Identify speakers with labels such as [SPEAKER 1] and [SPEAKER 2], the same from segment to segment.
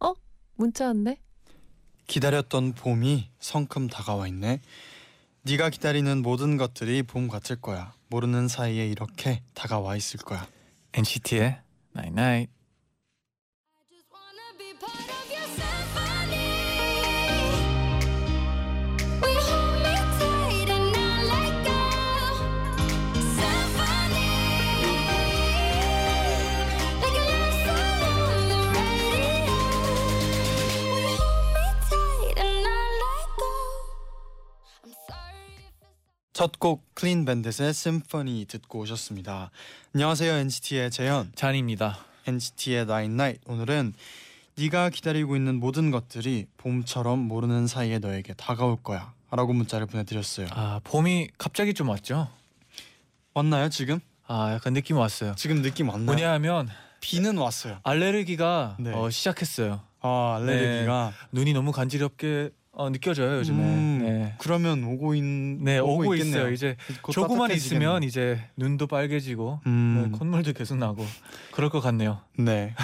[SPEAKER 1] 어? 문자 왔네?
[SPEAKER 2] 기다렸던 봄이 성큼 다가와 있네. 네가 기다리는 모든 것들이 봄 같을 거야. 모르는 사이에 이렇게 다가와 있을 거야.
[SPEAKER 3] NCT의 Night Night.
[SPEAKER 4] Just wanna be part of your symphony. We hold me tight and not let go. Symphony. Like a love song on the radio. We hold me tight and not let go. I'm sorry if it's
[SPEAKER 2] 첫 곡 클린 밴드의 심포니 듣고 오셨습니다. 안녕하세요 NCT의 재현,
[SPEAKER 3] 잔입니다.
[SPEAKER 2] NCT의 나인나잇. 오늘은 네가 기다리고 있는 모든 것들이 봄처럼 모르는 사이에 너에게 다가올 거야라고 문자를 보내드렸어요.
[SPEAKER 3] 아 봄이 갑자기 좀 왔죠?
[SPEAKER 2] 왔나요 지금?
[SPEAKER 3] 아 약간 느낌 왔어요.
[SPEAKER 2] 지금 느낌 왔나요?
[SPEAKER 3] 뭐냐하면
[SPEAKER 2] 비는 왔어요.
[SPEAKER 3] 알레르기가
[SPEAKER 2] 네.
[SPEAKER 3] 어, 시작했어요.
[SPEAKER 2] 아 알레르기가
[SPEAKER 3] 눈이 너무 간지럽게 어, 느껴져요 요즘에.
[SPEAKER 2] 음,
[SPEAKER 3] 네.
[SPEAKER 2] 그러면 오고 있
[SPEAKER 3] 네 오고, 있어요.
[SPEAKER 2] 있겠네요.
[SPEAKER 3] 이제
[SPEAKER 2] 곧
[SPEAKER 3] 조금만
[SPEAKER 2] 따뜻해지겠네요.
[SPEAKER 3] 있으면 이제 눈도 빨개지고
[SPEAKER 2] 음,
[SPEAKER 3] 네, 콧물도 계속 나고 그럴 것 같네요.
[SPEAKER 2] 네.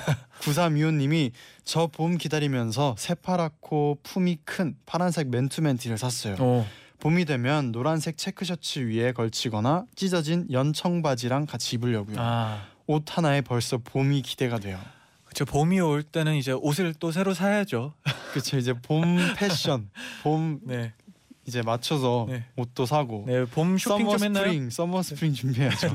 [SPEAKER 2] 9325님이 저 봄 기다리면서 새파랗고 품이 큰 파란색 맨투맨티를 샀어요.
[SPEAKER 3] 오.
[SPEAKER 2] 봄이 되면 노란색 체크셔츠 위에 걸치거나 찢어진 연 청바지랑 같이 입으려고요.
[SPEAKER 3] 아
[SPEAKER 2] 옷 하나에 벌써 봄이 기대가 돼요.
[SPEAKER 3] 그쵸 봄이 올 때는 이제 옷을 또 새로 사야죠.
[SPEAKER 2] 그쵸 이제 봄 패션, 봄
[SPEAKER 3] 네,
[SPEAKER 2] 이제 맞춰서
[SPEAKER 3] 네.
[SPEAKER 2] 옷도 사고.
[SPEAKER 3] 네봄 쇼핑
[SPEAKER 2] 서머
[SPEAKER 3] 좀 했나요? 네.
[SPEAKER 2] 스프링, 서머 스프링 준비해야죠.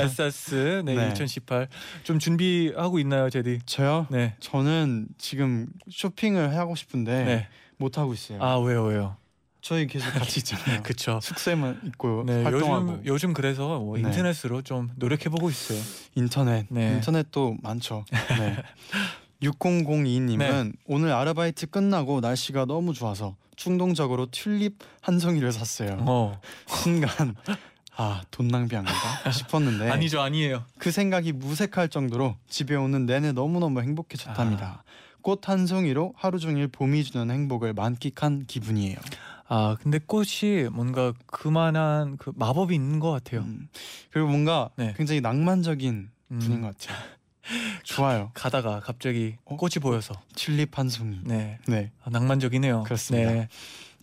[SPEAKER 3] SS 네,
[SPEAKER 2] 네.
[SPEAKER 3] 2018좀 준비하고 있나요, 제디?
[SPEAKER 2] 저요?
[SPEAKER 3] 네.
[SPEAKER 2] 저는 지금 쇼핑을 하고 싶은데
[SPEAKER 3] 네.
[SPEAKER 2] 못 하고 있어요.
[SPEAKER 3] 아 왜요, 왜요?
[SPEAKER 2] 저희 계속 같이 있잖아요.
[SPEAKER 3] 그쵸.
[SPEAKER 2] 숙소에만 있고
[SPEAKER 3] 네,
[SPEAKER 2] 활동하고
[SPEAKER 3] 요즘 요즘 그래서 뭐
[SPEAKER 2] 네.
[SPEAKER 3] 인터넷으로 좀 노력해 보고 있어요.
[SPEAKER 2] 인터넷
[SPEAKER 3] 네.
[SPEAKER 2] 인터넷도 많죠. 네. 6002님은
[SPEAKER 3] 네.
[SPEAKER 2] 오늘 아르바이트 끝나고 날씨가 너무 좋아서 충동적으로 튤립 한 송이를 샀어요.
[SPEAKER 3] 어,
[SPEAKER 2] 순간 아 돈 낭비한가 싶었는데
[SPEAKER 3] 아니죠, 아니에요.
[SPEAKER 2] 그 생각이 무색할 정도로 집에 오는 내내 너무너무
[SPEAKER 3] 아.
[SPEAKER 2] 행복해졌답니다. 꽃 한 송이로 하루 종일 봄이 주는 행복을 만끽한 기분이에요.
[SPEAKER 3] 아 근데 꽃이 뭔가 그만한 그 마법이 있는 것 같아요.
[SPEAKER 2] 음, 그리고 뭔가
[SPEAKER 3] 네.
[SPEAKER 2] 굉장히 낭만적인
[SPEAKER 3] 음,
[SPEAKER 2] 분인 것 같아요. 좋아요.
[SPEAKER 3] 가다가 갑자기
[SPEAKER 2] 어?
[SPEAKER 3] 꽃이 보여서
[SPEAKER 2] 튤립 한 송이.
[SPEAKER 3] 네
[SPEAKER 2] 네.
[SPEAKER 3] 아, 낭만적이네요.
[SPEAKER 2] 그렇습니다.
[SPEAKER 3] 네.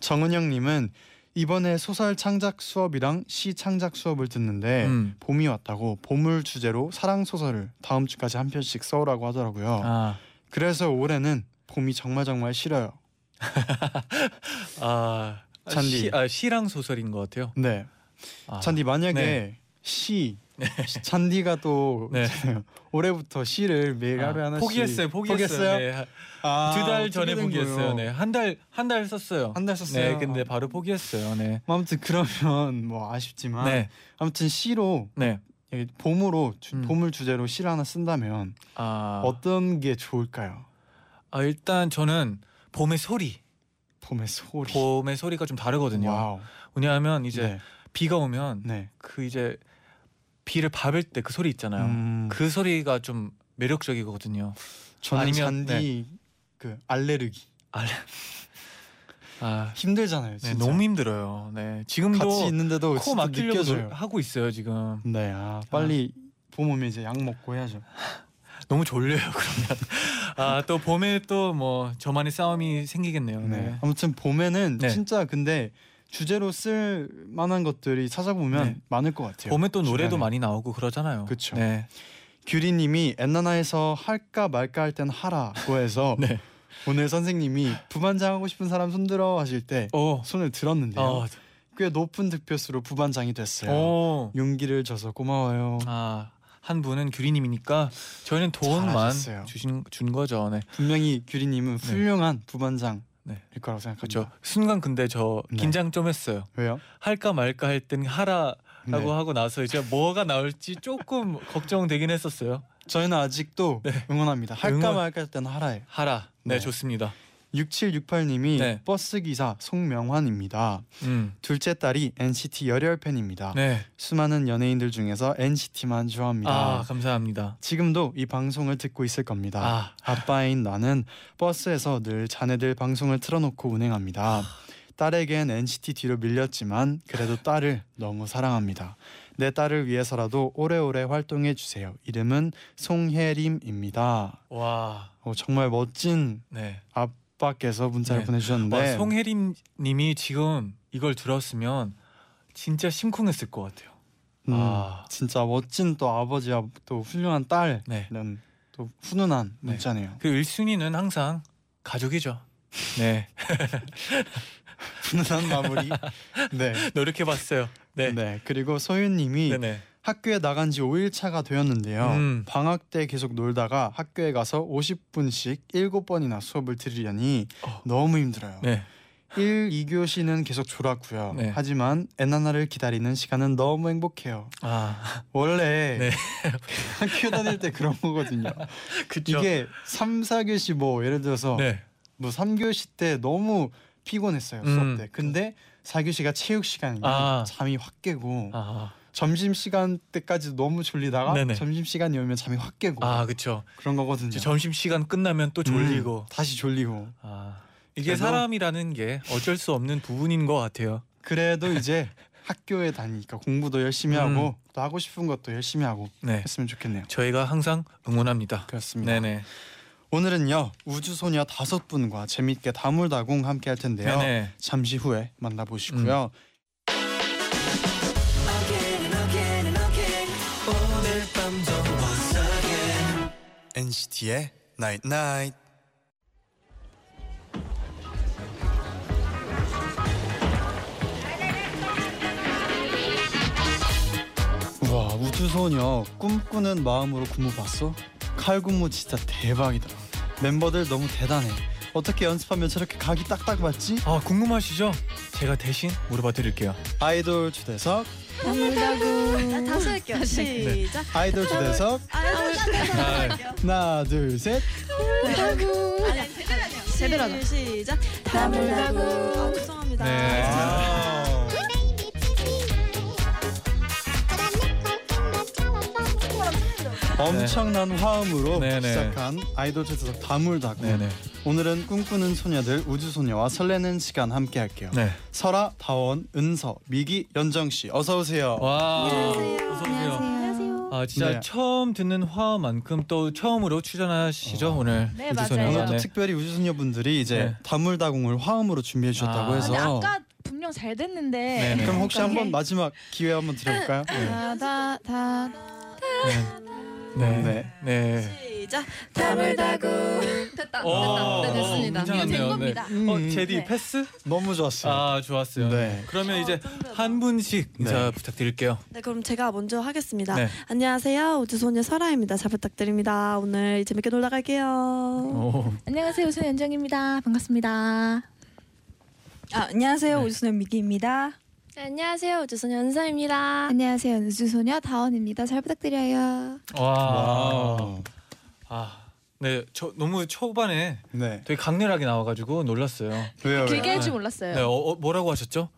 [SPEAKER 2] 정은영님은 이번에 소설 창작 수업이랑 시 창작 수업을 듣는데
[SPEAKER 3] 음.
[SPEAKER 2] 봄이 왔다고 보물 주제로 사랑 소설을 다음 주까지 한 편씩 써오라고 하더라고요.
[SPEAKER 3] 아,
[SPEAKER 2] 그래서 올해는 봄이 정말 정말 싫어요.
[SPEAKER 3] 아
[SPEAKER 2] 잔디.
[SPEAKER 3] 시, 아 시랑 소설인 것 같아요.
[SPEAKER 2] 네,
[SPEAKER 3] 아,
[SPEAKER 2] 잔디 만약에
[SPEAKER 3] 네.
[SPEAKER 2] 시 잔디가 또
[SPEAKER 3] 네.
[SPEAKER 2] 올해부터 시를 매일 하루에
[SPEAKER 3] 아,
[SPEAKER 2] 하나씩
[SPEAKER 3] 포기했어요, 포기했어요. 네.
[SPEAKER 2] 아,
[SPEAKER 3] 두 달 전에
[SPEAKER 2] 어떻게 된 거예요?
[SPEAKER 3] 포기했어요. 네, 한 달 한 달 썼어요.
[SPEAKER 2] 한달 썼어요. 뭐
[SPEAKER 3] 네, 근데 바로 포기했어요. 네.
[SPEAKER 2] 아무튼 그러면 뭐 아쉽지만
[SPEAKER 3] 네.
[SPEAKER 2] 아무튼 시로
[SPEAKER 3] 네.
[SPEAKER 2] 여기 봄으로 주-
[SPEAKER 3] 음.
[SPEAKER 2] 봄을 주제로 시를 하나 쓴다면
[SPEAKER 3] 아,
[SPEAKER 2] 어떤 게 좋을까요?
[SPEAKER 3] 아 일단 저는 봄의 소리,
[SPEAKER 2] 봄의 소리.
[SPEAKER 3] 봄의 소리가 좀 다르거든요.
[SPEAKER 2] 와우.
[SPEAKER 3] 왜냐하면 이제 비가 오면
[SPEAKER 2] 네.
[SPEAKER 3] 그 이제 비를 밟을 때 그 소리
[SPEAKER 2] 네.
[SPEAKER 3] 있잖아요.
[SPEAKER 2] 음,
[SPEAKER 3] 그 소리가 좀 매력적이거든요.
[SPEAKER 2] 저는
[SPEAKER 3] 아니면- 네.
[SPEAKER 2] 잔디 그 알레르기
[SPEAKER 3] 아,
[SPEAKER 2] 힘들잖아요.
[SPEAKER 3] 네,
[SPEAKER 2] 진짜.
[SPEAKER 3] 너무 힘들어요. 네, 지금도
[SPEAKER 2] 같이 있는데도
[SPEAKER 3] 코
[SPEAKER 2] 진짜
[SPEAKER 3] 막히려고
[SPEAKER 2] 느껴져요.
[SPEAKER 3] 노- 하고 있어요 지금.
[SPEAKER 2] 네. 아, 빨리 봄 오면 이제 약 먹고 해야죠.
[SPEAKER 3] 너무 졸려요 그러면. 아 또 봄에 또 뭐 저만의 싸움이 생기겠네요.
[SPEAKER 2] 네.
[SPEAKER 3] 네.
[SPEAKER 2] 아무튼 봄에는
[SPEAKER 3] 네.
[SPEAKER 2] 진짜 근데 주제로 쓸 만한 것들이 찾아보면
[SPEAKER 3] 네.
[SPEAKER 2] 많을 것 같아요.
[SPEAKER 3] 봄에 또 노래도
[SPEAKER 2] 주변에.
[SPEAKER 3] 많이 나오고 그러잖아요.
[SPEAKER 2] 그쵸.
[SPEAKER 3] 네.
[SPEAKER 2] 규리님이 엔나나에서 할까 말까 할 땐 하라고 해서
[SPEAKER 3] 네.
[SPEAKER 2] 오늘 선생님이 부반장 하고 싶은 사람 손들어 하실 때
[SPEAKER 3] 오.
[SPEAKER 2] 손을 들었는데요.
[SPEAKER 3] 어.
[SPEAKER 2] 꽤 높은 득표수로 부반장이 됐어요.
[SPEAKER 3] 오.
[SPEAKER 2] 용기를 줘서 고마워요.
[SPEAKER 3] 아, 한 분은 규리님이니까 저희는 돈만
[SPEAKER 2] 잘하셨어요.
[SPEAKER 3] 주신 준 거죠. 네.
[SPEAKER 2] 분명히 규리님은 훌륭한 부반장일
[SPEAKER 3] 네.
[SPEAKER 2] 거라고 생각합니다.
[SPEAKER 3] 그렇죠. 순간 근데 저
[SPEAKER 2] 음. 네.
[SPEAKER 3] 긴장 좀 했어요.
[SPEAKER 2] 왜요?
[SPEAKER 3] 할까 말까 할 땐 하라
[SPEAKER 2] 네.
[SPEAKER 3] 하고 하고 나서 이제 뭐가 나올지 조금 걱정되긴 했었어요.
[SPEAKER 2] 저희는 아직도 응원합니다. 할까
[SPEAKER 3] 네. 응원.
[SPEAKER 2] 말까 할 때는 하라예요.
[SPEAKER 3] 하라. 네,
[SPEAKER 2] 네.
[SPEAKER 3] 좋습니다.
[SPEAKER 2] 6768님이
[SPEAKER 3] 네.
[SPEAKER 2] 버스 기사 송명환입니다.
[SPEAKER 3] 음.
[SPEAKER 2] 둘째 딸이 NCT 열혈 팬입니다.
[SPEAKER 3] 네.
[SPEAKER 2] 수많은 연예인들 중에서 NCT만 좋아합니다.
[SPEAKER 3] 아, 감사합니다.
[SPEAKER 2] 지금도 이 방송을 듣고 있을 겁니다.
[SPEAKER 3] 아,
[SPEAKER 2] 아. 빠인 나는 버스에서 늘 자네들 방송을 틀어놓고 운행합니다. 딸에겐 NCT 뒤로 밀렸지만 그래도 딸을 너무 사랑합니다. 내 딸을 위해서라도 오래오래 활동해 주세요. 이름은 송혜림입니다.
[SPEAKER 3] 와.
[SPEAKER 2] 어, 정말 멋진
[SPEAKER 3] 네.
[SPEAKER 2] 아빠께서 문자를
[SPEAKER 3] 네.
[SPEAKER 2] 보내주셨는데
[SPEAKER 3] 와, 송혜림 님이 지금 이걸 들었으면 진짜 심쿵했을 것 같아요.
[SPEAKER 2] 음,
[SPEAKER 3] 아.
[SPEAKER 2] 진짜 멋진 또 아버지와 또 훌륭한 딸
[SPEAKER 3] 네.
[SPEAKER 2] 이런 또 훈훈한
[SPEAKER 3] 네.
[SPEAKER 2] 문자네요.
[SPEAKER 3] 그 1순위는 항상 가족이죠. 네.
[SPEAKER 2] 훈훈한 마무리. 네.
[SPEAKER 3] 노력해 봤어요. 네.
[SPEAKER 2] 네.
[SPEAKER 3] 네.
[SPEAKER 2] 그리고 소윤님이
[SPEAKER 3] 네.
[SPEAKER 2] 학교에 나간 지 5일차가 되었는데요.
[SPEAKER 3] 음.
[SPEAKER 2] 방학 때 계속 놀다가 학교에 가서 50분씩 7번이나 수업을 들으려니
[SPEAKER 3] 어.
[SPEAKER 2] 너무 힘들어요.
[SPEAKER 3] 네.
[SPEAKER 2] 1, 2교시는 계속 졸았고요.
[SPEAKER 3] 네.
[SPEAKER 2] 하지만 엔나나를 기다리는 시간은 너무 행복해요.
[SPEAKER 3] 아.
[SPEAKER 2] 원래
[SPEAKER 3] 네.
[SPEAKER 2] 학교 다닐 때 그런 거거든요.
[SPEAKER 3] 그쵸.
[SPEAKER 2] 이게 3, 4교시 뭐 예를 들어서
[SPEAKER 3] 네.
[SPEAKER 2] 뭐 3교시 때 너무 피곤했어요 수업
[SPEAKER 3] 음.
[SPEAKER 2] 때. 근데 4교시가 체육 시간이니
[SPEAKER 3] 아.
[SPEAKER 2] 잠이 확 깨고
[SPEAKER 3] 아.
[SPEAKER 2] 점심 시간 때까지 너무 졸리다가
[SPEAKER 3] 네네.
[SPEAKER 2] 점심 시간이 오면 잠이 확 깨고
[SPEAKER 3] 아, 그쵸.
[SPEAKER 2] 그런 거거든요.
[SPEAKER 3] 이제 점심 시간 끝나면 또
[SPEAKER 2] 음,
[SPEAKER 3] 졸리고.
[SPEAKER 2] 다시 졸리고
[SPEAKER 3] 아. 이게
[SPEAKER 2] 그래도-
[SPEAKER 3] 사람이라는 게 어쩔 수 없는 부분인 것 같아요.
[SPEAKER 2] 그래도 이제 학교에 다니니까 공부도 열심히
[SPEAKER 3] 네. 음.
[SPEAKER 2] 하고 또 하고 싶은 것도 열심히 하고
[SPEAKER 3] 네.
[SPEAKER 2] 했으면 좋겠네요.
[SPEAKER 3] 저희가 항상 응원합니다.
[SPEAKER 2] 그렇습니다.
[SPEAKER 3] 네네.
[SPEAKER 2] 오늘은요 우주소녀 다섯 분과 재밌게 다물다공 함께 할 텐데요.
[SPEAKER 3] 네네.
[SPEAKER 2] 잠시 후에 만나보시고요.
[SPEAKER 5] Again and again and again 오늘 밤도 once again
[SPEAKER 2] NCT의 Night Night. 와 우주소녀 꿈꾸는 마음으로 군무 봤어? 칼군무 진짜 대박이다. 멤버들 너무 대단해. 어떻게 연습하면 저렇게 각이 딱딱 맞지?
[SPEAKER 3] 아 궁금하시죠? 제가 대신 물어봐 드릴게요.
[SPEAKER 2] 아이돌 초대석,
[SPEAKER 6] 자, 다시 할게요. 시작.
[SPEAKER 2] 아이돌 초대석, 하나 둘 셋.
[SPEAKER 6] 제대로 하자. 시작. 다물다고. 아, 죄송합니다.
[SPEAKER 3] 네.
[SPEAKER 2] 와우. 엄청난 화음으로
[SPEAKER 3] 네네.
[SPEAKER 2] 시작한 아이돌 초대석 다물다고.
[SPEAKER 3] 네네.
[SPEAKER 2] 오늘은 꿈꾸는 소녀들 우주소녀와 설레는 시간 함께 할게요.
[SPEAKER 3] 네.
[SPEAKER 2] 설아, 다원, 은서, 미기, 연정 씨 어서 오세요.
[SPEAKER 3] 와. 어서 오세요.
[SPEAKER 6] 안녕하세요.
[SPEAKER 3] 아 진짜
[SPEAKER 2] 네.
[SPEAKER 3] 처음 듣는 화만큼 또 처음으로
[SPEAKER 2] 어.
[SPEAKER 3] 출연하시죠 오늘.
[SPEAKER 6] 네,
[SPEAKER 3] 우주소녀.
[SPEAKER 6] 맞아요.
[SPEAKER 2] 오늘 또
[SPEAKER 3] 네.
[SPEAKER 2] 특별히 우주소녀분들이 이제
[SPEAKER 3] 네.
[SPEAKER 2] 다물다공을 화음으로 준비해 주셨다고
[SPEAKER 3] 아.
[SPEAKER 2] 해서
[SPEAKER 7] 근데 아까 분명 잘 됐는데
[SPEAKER 3] 네네.
[SPEAKER 2] 그럼 혹시 한번 마지막 기회 한번 드려볼까요? 네.
[SPEAKER 7] 다다다
[SPEAKER 3] 네. 네.
[SPEAKER 2] 네.
[SPEAKER 3] 네.
[SPEAKER 6] 시작. 다물다고.
[SPEAKER 7] 됐다
[SPEAKER 3] 오,
[SPEAKER 7] 됐다 네, 됐습니다
[SPEAKER 3] 오, 어, 괜찮았네요.
[SPEAKER 7] 된 겁니다
[SPEAKER 2] 네. 음,
[SPEAKER 3] 어 제디
[SPEAKER 7] 네.
[SPEAKER 3] 패스?
[SPEAKER 2] 너무 좋았어요.
[SPEAKER 3] 아 좋았어요.
[SPEAKER 2] 네.
[SPEAKER 3] 그러면
[SPEAKER 6] 어,
[SPEAKER 3] 이제
[SPEAKER 6] 좀 더.
[SPEAKER 3] 한 분씩 인사
[SPEAKER 2] 네.
[SPEAKER 3] 부탁드릴게요.
[SPEAKER 6] 네, 그럼 제가 먼저 하겠습니다.
[SPEAKER 3] 네.
[SPEAKER 6] 안녕하세요. 우주소녀 설아입니다. 잘 부탁드립니다. 오늘 재밌게 놀다 갈게요.
[SPEAKER 3] 오.
[SPEAKER 7] 안녕하세요 우선 연정입니다 반갑습니다
[SPEAKER 3] 네.
[SPEAKER 8] 안녕하세요 우주소녀 미기입니다.
[SPEAKER 9] 안녕하세요 우주소녀 은서입니다
[SPEAKER 7] 안녕하세요 우주소녀 다원입니다 잘 부탁드려요
[SPEAKER 3] 아. 와.
[SPEAKER 2] 와우.
[SPEAKER 3] 아. 네. 저 너무 초반에
[SPEAKER 2] 네.
[SPEAKER 3] 되게 강렬하게 나와가지고 놀랐어요.
[SPEAKER 2] 왜요?
[SPEAKER 7] 길게
[SPEAKER 2] 왜요?
[SPEAKER 7] 할 줄
[SPEAKER 3] 네.
[SPEAKER 7] 몰랐어요
[SPEAKER 3] 어, 어, 뭐라고 하셨죠?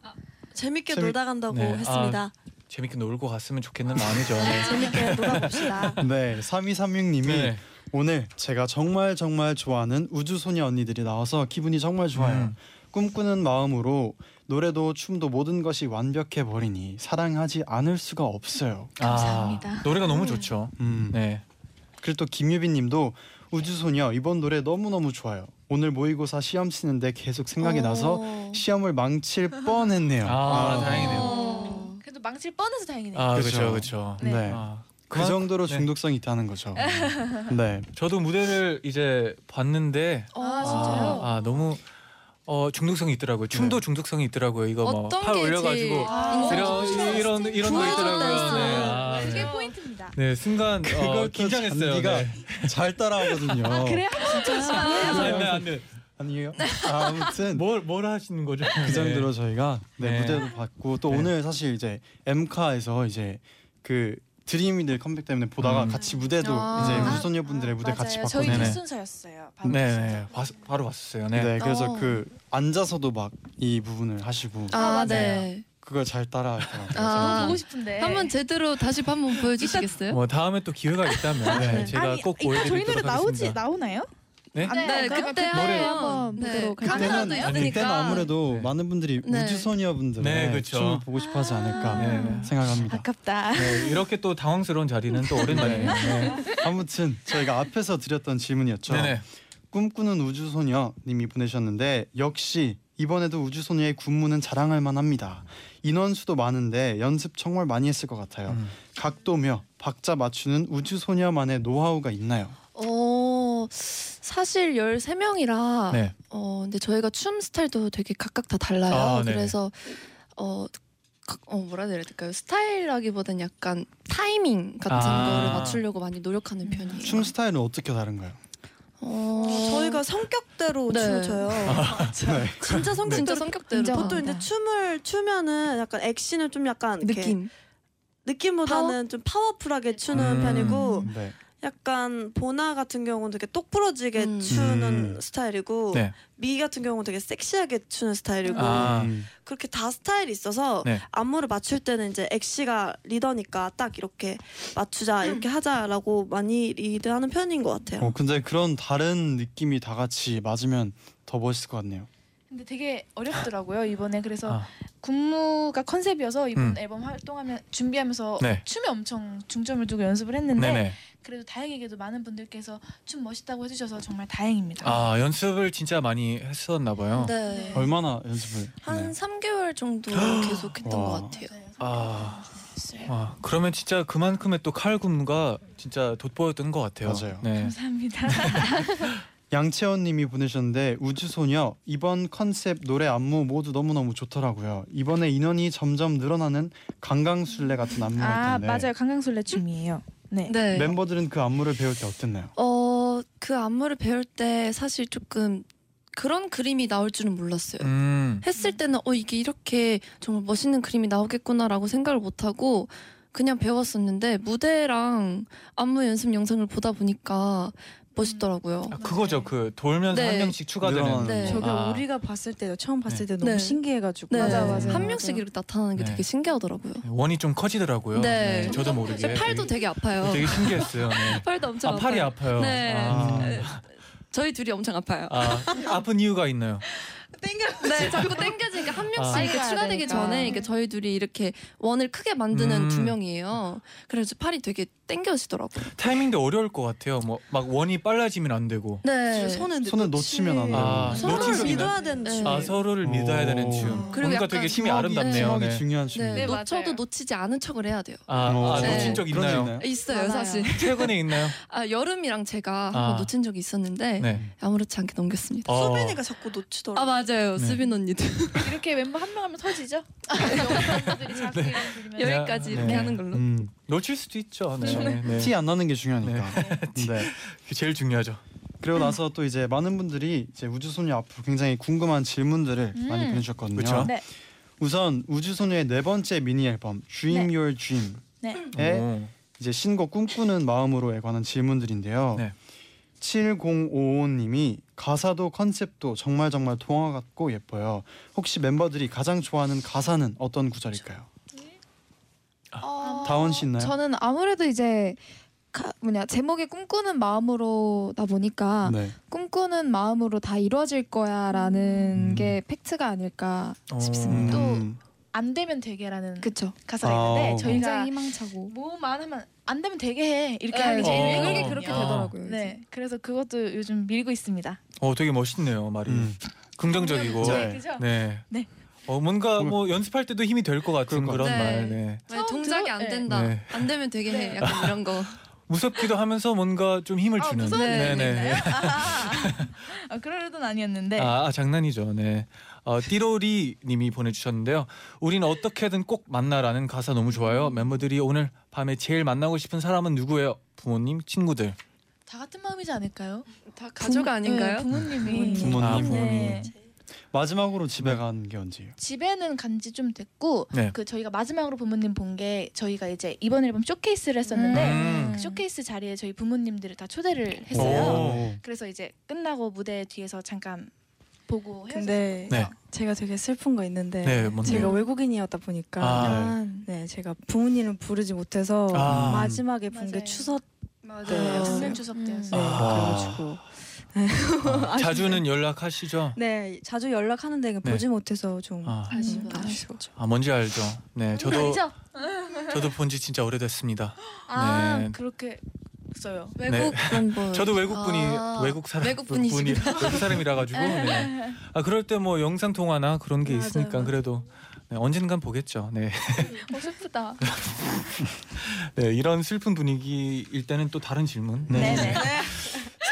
[SPEAKER 6] 재밌게
[SPEAKER 2] 재밌-
[SPEAKER 6] 놀다 간다고
[SPEAKER 3] 네,
[SPEAKER 6] 했습니다.
[SPEAKER 3] 재밌게 놀고 갔으면 좋겠는 마음이죠.
[SPEAKER 6] 네, 재밌게 놀아봅시다.
[SPEAKER 2] 네. 3236님이
[SPEAKER 3] 네.
[SPEAKER 2] 오늘 제가 정말 정말 좋아하는 우주소녀 언니들이 나와서 기분이 정말 좋아요.
[SPEAKER 3] 음.
[SPEAKER 2] 꿈꾸는 마음으로 노래도 춤도 모든 것이 완벽해 버리니 사랑하지 않을 수가 없어요.
[SPEAKER 3] 아,
[SPEAKER 7] 감사합니다.
[SPEAKER 3] 노래가 너무 좋죠.
[SPEAKER 2] 음.
[SPEAKER 3] 네.
[SPEAKER 2] 그리고 또 김유빈님도 우주소녀 이번 노래 너무 너무 좋아요. 오늘 모의고사 시험 치는데 계속 생각이 나서
[SPEAKER 6] 오.
[SPEAKER 2] 시험을 망칠 뻔했네요.
[SPEAKER 3] 아, 다행이네요.
[SPEAKER 7] 어, 그래도 망칠 뻔해서 다행이네요
[SPEAKER 3] 아
[SPEAKER 2] 그쵸.
[SPEAKER 3] 그렇죠 그렇죠.
[SPEAKER 2] 네.
[SPEAKER 7] 네.
[SPEAKER 3] 아,
[SPEAKER 2] 그 정도로
[SPEAKER 3] 네. 어,
[SPEAKER 2] 중독성이 있다는 거죠. 네.
[SPEAKER 3] 저도 무대를 이제 봤는데
[SPEAKER 7] 아,
[SPEAKER 3] 아, 아, 너무 어 중독성이 있더라고요.
[SPEAKER 2] 네.
[SPEAKER 3] 춤도 중독성이 있더라고요. 이거 뭐
[SPEAKER 7] 어떤
[SPEAKER 3] 팔
[SPEAKER 7] 게
[SPEAKER 3] 올려가지고
[SPEAKER 7] 제일
[SPEAKER 6] 아,
[SPEAKER 7] 인상
[SPEAKER 3] 이런
[SPEAKER 7] 깊으셨어요?
[SPEAKER 3] 이런 이런 거 있더라고요. 네. 아,
[SPEAKER 7] 그게
[SPEAKER 3] 네.
[SPEAKER 7] 포인트입니다
[SPEAKER 3] 네, 순간 어,
[SPEAKER 2] 그것도
[SPEAKER 3] 긴장했어요.
[SPEAKER 2] 잔디가
[SPEAKER 3] 네.
[SPEAKER 2] 잘 따라하거든요.
[SPEAKER 7] 그래요? 진짜
[SPEAKER 3] 안돼 안돼.
[SPEAKER 2] 아니에요.
[SPEAKER 7] 네.
[SPEAKER 2] 아, 아무튼
[SPEAKER 3] 네, 뭘, 뭘 하시는 거죠?
[SPEAKER 2] 그 정도로 저희가
[SPEAKER 3] 뭐?
[SPEAKER 2] 네,
[SPEAKER 3] 네.
[SPEAKER 2] 무대도 봤고 또
[SPEAKER 3] 네.
[SPEAKER 2] 오늘 사실 이제 엠카에서 이제 그 드림이들 컴백 때문에 보다가
[SPEAKER 3] 음.
[SPEAKER 2] 같이 무대도
[SPEAKER 7] 아.
[SPEAKER 2] 이제 우리 소녀분들의 무대
[SPEAKER 7] 맞아요.
[SPEAKER 2] 같이
[SPEAKER 7] 저희
[SPEAKER 2] 그 봤거든요.
[SPEAKER 3] 네네.
[SPEAKER 7] 뒷순서였어요.
[SPEAKER 3] 네, 네. 봤- 바로 봤었어요.
[SPEAKER 2] 네.
[SPEAKER 3] 네.
[SPEAKER 2] 그래서
[SPEAKER 7] 어.
[SPEAKER 2] 그 앉아서도 막 이 부분을 하시고
[SPEAKER 10] 아,
[SPEAKER 7] 아,
[SPEAKER 10] 네.
[SPEAKER 2] 그걸 잘 따라 하더라고요.
[SPEAKER 10] 아.
[SPEAKER 7] 보고 싶은데.
[SPEAKER 10] 한번 제대로 다시 한번 보여주시겠어요?
[SPEAKER 3] 뭐 다음에 또 기회가 있다면
[SPEAKER 2] 네.
[SPEAKER 3] 제가
[SPEAKER 11] 아니,
[SPEAKER 3] 꼭
[SPEAKER 11] 이따 저희 노래
[SPEAKER 3] 보여드리도록
[SPEAKER 11] 나오지
[SPEAKER 3] 하겠습니다.
[SPEAKER 11] 나오나요?
[SPEAKER 3] 네?
[SPEAKER 11] 안
[SPEAKER 7] 네,
[SPEAKER 11] 나올까요?
[SPEAKER 10] 그때
[SPEAKER 3] 노래-
[SPEAKER 10] 한번
[SPEAKER 11] 네.
[SPEAKER 10] 보도록
[SPEAKER 7] 그때는-
[SPEAKER 10] 할게요.
[SPEAKER 7] 카메라도
[SPEAKER 2] 아니,
[SPEAKER 7] 있으니까.
[SPEAKER 2] 그때는 아무래도
[SPEAKER 3] 네.
[SPEAKER 2] 많은 분들이
[SPEAKER 10] 네.
[SPEAKER 2] 우주 소녀분들의
[SPEAKER 3] 네, 그쵸.
[SPEAKER 2] 춤을 보고 싶어하지 않을까
[SPEAKER 3] 네.
[SPEAKER 2] 생각합니다.
[SPEAKER 11] 아깝다.
[SPEAKER 3] 네, 이렇게 또 당황스러운 자리는 또
[SPEAKER 2] 네. 그렇죠.
[SPEAKER 3] 오랜만이에요.
[SPEAKER 2] 아무튼 저희가 앞에서 드렸던 질문이었죠.
[SPEAKER 3] 네네.
[SPEAKER 2] 꿈꾸는 우주소녀님이 보내셨는데 역시 이번에도 우주소녀의 군무는 자랑할 만합니다. 인원수도 많은데 연습 정말 많이 했을 것 같아요.
[SPEAKER 3] 음.
[SPEAKER 2] 각도며 박자 맞추는 우주소녀만의 노하우가 있나요?
[SPEAKER 10] 어, 사실 13명이라
[SPEAKER 3] 네.
[SPEAKER 10] 어, 근데 저희가 춤 스타일도 되게 각각 다 달라요.
[SPEAKER 3] 아, 네네.
[SPEAKER 10] 그래서 어, 가- 어 뭐라 해야 될까요? 스타일이라기보단 약간 타이밍 같은
[SPEAKER 3] 아.
[SPEAKER 10] 거를 맞추려고 많이 노력하는 편이에요.
[SPEAKER 2] 춤 스타일은 어떻게 다른가요?
[SPEAKER 10] 어,
[SPEAKER 6] 저희가 성격대로
[SPEAKER 10] 네.
[SPEAKER 6] 춤을 춰요. 진짜
[SPEAKER 10] 진짜
[SPEAKER 2] 네.
[SPEAKER 6] 성격대로.
[SPEAKER 10] 성격대로
[SPEAKER 6] 보통 이제
[SPEAKER 10] 다
[SPEAKER 6] 춤을 추면은 약간 액션을 좀 약간 이렇게
[SPEAKER 10] 네. 느낌.
[SPEAKER 6] 느낌보다는 좀 파워풀하게 추는
[SPEAKER 3] 음.
[SPEAKER 6] 편이고
[SPEAKER 2] 네.
[SPEAKER 6] 약간 보나 같은 경우는 되게 똑부러지게
[SPEAKER 10] 음.
[SPEAKER 6] 추는
[SPEAKER 3] 음.
[SPEAKER 6] 스타일이고
[SPEAKER 3] 네.
[SPEAKER 6] 미 같은 경우는 되게 섹시하게 추는 스타일이고
[SPEAKER 3] 아.
[SPEAKER 2] 음.
[SPEAKER 6] 그렇게 다 스타일이 있어서
[SPEAKER 3] 네.
[SPEAKER 6] 안무를 맞출 때는 이제 엑시가 리더니까 딱 이렇게 맞추자 이렇게 하자라고 많이 리드하는 편인 것 같아요.
[SPEAKER 2] 어, 근데 그런 다른 느낌이 다 같이 맞으면 더 멋있을 것 같네요.
[SPEAKER 7] 근데 되게 어렵더라고요 이번에 그래서
[SPEAKER 3] 아.
[SPEAKER 7] 군무가 컨셉이어서 이번
[SPEAKER 3] 음.
[SPEAKER 7] 앨범 활동하면 준비하면서
[SPEAKER 3] 네.
[SPEAKER 7] 춤에 엄청 중점을 두고 연습을 했는데
[SPEAKER 3] 네네.
[SPEAKER 7] 그래도 다행이게도 많은 분들께서 춤 멋있다고 해주셔서 정말 다행입니다.
[SPEAKER 3] 아 연습을 진짜 많이 했었나 봐요.
[SPEAKER 10] 네.
[SPEAKER 2] 어. 얼마나 연습을? 네.
[SPEAKER 10] 한
[SPEAKER 2] 했나요?
[SPEAKER 10] 3개월 정도 계속했던
[SPEAKER 2] 와.
[SPEAKER 10] 것 같아요.
[SPEAKER 7] 네,
[SPEAKER 3] 아.
[SPEAKER 7] 있어요.
[SPEAKER 3] 와, 그러면 진짜 그만큼의 또 칼군무가 진짜 돋보였던 것 같아요.
[SPEAKER 2] 맞아요.
[SPEAKER 3] 네.
[SPEAKER 7] 감사합니다.
[SPEAKER 2] 양채원님이 보내셨는데 우주소녀 이번 컨셉 노래 안무 모두 너무너무 좋더라고요. 이번에 인원이 점점 늘어나는 강강술래 같은 안무
[SPEAKER 7] 아
[SPEAKER 2] 같은데
[SPEAKER 7] 맞아요 강강술래 춤이에요. 네.
[SPEAKER 10] 네.
[SPEAKER 2] 멤버들은 그 안무를 배울 때 어땠나요?
[SPEAKER 10] 어, 그 안무를 배울 때 사실 조금 그런 그림이 나올 줄은 몰랐어요.
[SPEAKER 3] 음.
[SPEAKER 10] 했을 때는 어 이게 이렇게 정말 멋있는 그림이 나오겠구나라고 생각을 못 하고 그냥 배웠었는데 무대랑 안무 연습 영상을 보다 보니까 멋있더라고요.
[SPEAKER 3] 아, 그거죠. 그 돌면서
[SPEAKER 10] 네.
[SPEAKER 3] 한 명씩 추가되는.
[SPEAKER 2] 늘어나는
[SPEAKER 10] 네.
[SPEAKER 2] 거.
[SPEAKER 11] 저게
[SPEAKER 3] 아.
[SPEAKER 11] 우리가 봤을 때도 처음 봤을 때
[SPEAKER 10] 네.
[SPEAKER 11] 너무 신기해가지고
[SPEAKER 7] 맞아, 맞아.
[SPEAKER 10] 한 명씩 이렇게 나타나는 게
[SPEAKER 3] 네.
[SPEAKER 10] 되게 신기하더라고요.
[SPEAKER 3] 원이 좀 커지더라고요.
[SPEAKER 10] 네.
[SPEAKER 3] 저도 모르게.
[SPEAKER 10] 팔도 되게 아파요.
[SPEAKER 3] 되게, 되게 신기했어요. 네.
[SPEAKER 10] 팔도 엄청
[SPEAKER 3] 아,
[SPEAKER 10] 아,
[SPEAKER 3] 팔이
[SPEAKER 10] 파요
[SPEAKER 3] 아파요.
[SPEAKER 10] 네.
[SPEAKER 3] 아,
[SPEAKER 10] 저희 둘이 엄청 아파요.
[SPEAKER 3] 아, 아픈 이유가 있나요?
[SPEAKER 10] 네, 자꾸 땡겨지니까 한 명씩
[SPEAKER 3] 아.
[SPEAKER 10] 이렇게
[SPEAKER 7] 살려야
[SPEAKER 10] 추가되기
[SPEAKER 11] 그러니까.
[SPEAKER 7] 되니까.
[SPEAKER 10] 전에 이게 저희 둘이 이렇게 원을 크게 만드는
[SPEAKER 3] 음.
[SPEAKER 10] 두 명이에요. 그래서 팔이 되게 땡겨지더라고요.
[SPEAKER 3] 타이밍도 어려울 것 같아요. 뭐 막 원이 빨라지면 안 되고.
[SPEAKER 10] 네.
[SPEAKER 6] 손은
[SPEAKER 2] 손을 놓치면 안 돼요.
[SPEAKER 3] 아,
[SPEAKER 6] 서로를
[SPEAKER 3] 놓치면
[SPEAKER 6] 믿어야 되는
[SPEAKER 10] 네.
[SPEAKER 6] 춤.
[SPEAKER 3] 아 서로를 믿어야 되는
[SPEAKER 2] 오.
[SPEAKER 3] 춤.
[SPEAKER 10] 그리고
[SPEAKER 3] 뭔가
[SPEAKER 10] 약간
[SPEAKER 3] 되게 힘이
[SPEAKER 10] 팀워크,
[SPEAKER 3] 아름답네요.
[SPEAKER 2] 팀워크이
[SPEAKER 3] 네.
[SPEAKER 2] 중요한 춤이에요.
[SPEAKER 7] 네,
[SPEAKER 10] 네, 놓쳐도
[SPEAKER 7] 맞아요.
[SPEAKER 10] 놓치지 않은 척을 해야 돼요.
[SPEAKER 3] 아, 아
[SPEAKER 2] 어.
[SPEAKER 3] 놓친 적
[SPEAKER 2] 그런 게
[SPEAKER 3] 있나요?
[SPEAKER 10] 있어요,
[SPEAKER 7] 많아요.
[SPEAKER 10] 사실.
[SPEAKER 3] 최근에 있나요?
[SPEAKER 10] 아, 여름이랑 제가
[SPEAKER 3] 아.
[SPEAKER 10] 한번 놓친 적이 있었는데
[SPEAKER 3] 네.
[SPEAKER 10] 아무렇지 않게 넘겼습니다.
[SPEAKER 3] 어.
[SPEAKER 6] 수빈이가 자꾸
[SPEAKER 10] 아
[SPEAKER 6] 놓치더라고.
[SPEAKER 10] 맞아요,
[SPEAKER 3] 네.
[SPEAKER 10] 수빈 언니도
[SPEAKER 7] 이렇게 멤버 한 명 하면 터지죠. 아, 네. 여러분들이 자꾸
[SPEAKER 3] 네.
[SPEAKER 7] 이런 부르면
[SPEAKER 10] 여기까지 이렇게
[SPEAKER 3] 네.
[SPEAKER 10] 하는 걸로.
[SPEAKER 2] 음. 그렇죠.
[SPEAKER 3] 놓칠 수도 있죠. 네. 네. 네.
[SPEAKER 2] 티안 나는 게 중요하니까. 네.
[SPEAKER 3] 그게 제일 중요하죠.
[SPEAKER 2] 그리고 나서 또 이제 많은 분들이 이제 우주소녀 앞으로 굉장히 궁금한 질문들을
[SPEAKER 7] 음.
[SPEAKER 2] 많이 보내주셨거든요.
[SPEAKER 3] 그쵸.
[SPEAKER 7] 네.
[SPEAKER 2] 우선 우주소녀의 네 번째 미니 앨범 Dream
[SPEAKER 7] 네.
[SPEAKER 2] Your Dream에
[SPEAKER 3] 오.
[SPEAKER 2] 이제 신곡 꿈꾸는 마음으로에 관한 질문들인데요.
[SPEAKER 3] 네.
[SPEAKER 2] 7055님이 가사도 컨셉도 정말 정말 동화 같고 예뻐요. 혹시 멤버들이 가장 좋아하는 가사는 어떤 구절일까요?
[SPEAKER 11] 어,
[SPEAKER 2] 다원 씨 있나요?
[SPEAKER 11] 저는 아무래도 이제 가, 뭐냐 제목에 꿈꾸는 마음으로다 보니까
[SPEAKER 7] 아,
[SPEAKER 2] 네.
[SPEAKER 11] 꿈꾸는 마음으로 다 이루어질 거야라는
[SPEAKER 3] 음.
[SPEAKER 11] 게 팩트가 아닐까
[SPEAKER 3] 어.
[SPEAKER 11] 싶습니다.
[SPEAKER 2] 음.
[SPEAKER 7] 안 되면 되게라는
[SPEAKER 11] 그쵸.
[SPEAKER 7] 가사가
[SPEAKER 2] 아,
[SPEAKER 7] 있는데
[SPEAKER 2] 어.
[SPEAKER 11] 굉장히
[SPEAKER 7] 저희가 네.
[SPEAKER 11] 희망차고
[SPEAKER 7] 뭐만 하면 안 되면 되게 해 이렇게
[SPEAKER 11] 네,
[SPEAKER 7] 하는 게 제일
[SPEAKER 3] 어.
[SPEAKER 7] 유행이거든요.
[SPEAKER 3] 그게 그렇게 되더라고요,
[SPEAKER 7] 네, 그래서 그것도 요즘 밀고 있습니다.
[SPEAKER 3] 어, 되게 멋있네요 말이.
[SPEAKER 2] 음.
[SPEAKER 3] 긍정적이고.
[SPEAKER 2] 네.
[SPEAKER 7] 그죠?
[SPEAKER 3] 네.
[SPEAKER 7] 네.
[SPEAKER 3] 어 뭔가 뭐 연습할 때도 힘이 될 것 같은
[SPEAKER 2] 그럴
[SPEAKER 3] 그런
[SPEAKER 2] 것
[SPEAKER 10] 같아요.
[SPEAKER 3] 말. 네.
[SPEAKER 10] 만약에
[SPEAKER 7] 처음
[SPEAKER 10] 동작이
[SPEAKER 7] 들어-
[SPEAKER 10] 안
[SPEAKER 7] 네.
[SPEAKER 10] 된다,
[SPEAKER 3] 네.
[SPEAKER 10] 안 되면 되게 해, 약간 이런 거.
[SPEAKER 3] 무섭기도 하면서 뭔가 좀 힘을
[SPEAKER 7] 아,
[SPEAKER 3] 주는.
[SPEAKER 7] 무서운
[SPEAKER 3] 네,
[SPEAKER 7] 얘기
[SPEAKER 3] 네.
[SPEAKER 7] 있나요? 네. 아, 그런 건 아니었는데
[SPEAKER 3] 아, 아, 장난이죠. 네. 어, 띠로리님이 보내주셨는데요. 우린 어떻게든 꼭 만나라는 가사 너무 좋아요. 멤버들이 오늘 밤에 제일 만나고 싶은 사람은 누구예요? 부모님, 친구들.
[SPEAKER 7] 다 같은 마음이지 않을까요?
[SPEAKER 10] 다 가족 아닌가요?
[SPEAKER 7] 네, 부모님이
[SPEAKER 8] 부모님.
[SPEAKER 2] 부모님. 아,
[SPEAKER 7] 네. 네.
[SPEAKER 2] 마지막으로 집에 간 게 언제예요?
[SPEAKER 7] 집에는 간 지 좀 됐고
[SPEAKER 3] 네.
[SPEAKER 7] 그 저희가 마지막으로 부모님 본 게 저희가 이제 이번 앨범 쇼케이스를 했었는데
[SPEAKER 3] 음.
[SPEAKER 7] 그 쇼케이스 자리에 저희 부모님들을 다 초대를 했어요. 그래서 이제 끝나고 무대 뒤에서 잠깐 보고 헤어졌어요.
[SPEAKER 4] 근데
[SPEAKER 3] 네.
[SPEAKER 4] 제가 되게 슬픈 거 있는데
[SPEAKER 3] 네, 뭔데요?
[SPEAKER 4] 제가 외국인이었다 보니까
[SPEAKER 3] 아,
[SPEAKER 4] 네 제가 부모님을 부르지 못해서
[SPEAKER 3] 아.
[SPEAKER 4] 마지막에 본
[SPEAKER 7] 맞아요.
[SPEAKER 4] 게 추석
[SPEAKER 7] 맞아요. 작년 추석
[SPEAKER 4] 네
[SPEAKER 7] 때였어요.
[SPEAKER 3] 아.
[SPEAKER 4] 그래가지고
[SPEAKER 3] 아, 자주는 연락하시죠?
[SPEAKER 4] 네 자주 연락하는데
[SPEAKER 3] 네.
[SPEAKER 4] 보지 못해서 좀
[SPEAKER 3] 아,
[SPEAKER 4] 음,
[SPEAKER 7] 아쉬워요.
[SPEAKER 4] 아쉬워.
[SPEAKER 3] 아 뭔지 알죠. 네, 저도
[SPEAKER 7] 알죠?
[SPEAKER 3] 저도 본 지 진짜 오래됐습니다.
[SPEAKER 7] 아
[SPEAKER 3] 네.
[SPEAKER 7] 그렇게 써요.
[SPEAKER 10] 외국 분
[SPEAKER 3] 저도 외국 분이
[SPEAKER 10] 어, 아,
[SPEAKER 3] 외국 사람
[SPEAKER 10] 외국 분이시구나.
[SPEAKER 3] 분이- 외국 사람이라 가지고 네. 아 그럴 때 뭐 영상 통화나 그런 게
[SPEAKER 7] 맞아요,
[SPEAKER 3] 있으니까
[SPEAKER 7] 맞아요.
[SPEAKER 3] 그래도 네, 언젠간 보겠죠. 네.
[SPEAKER 7] 어 슬프다.
[SPEAKER 3] 네, 이런 슬픈 분위기일 때는 또 다른 질문. 네.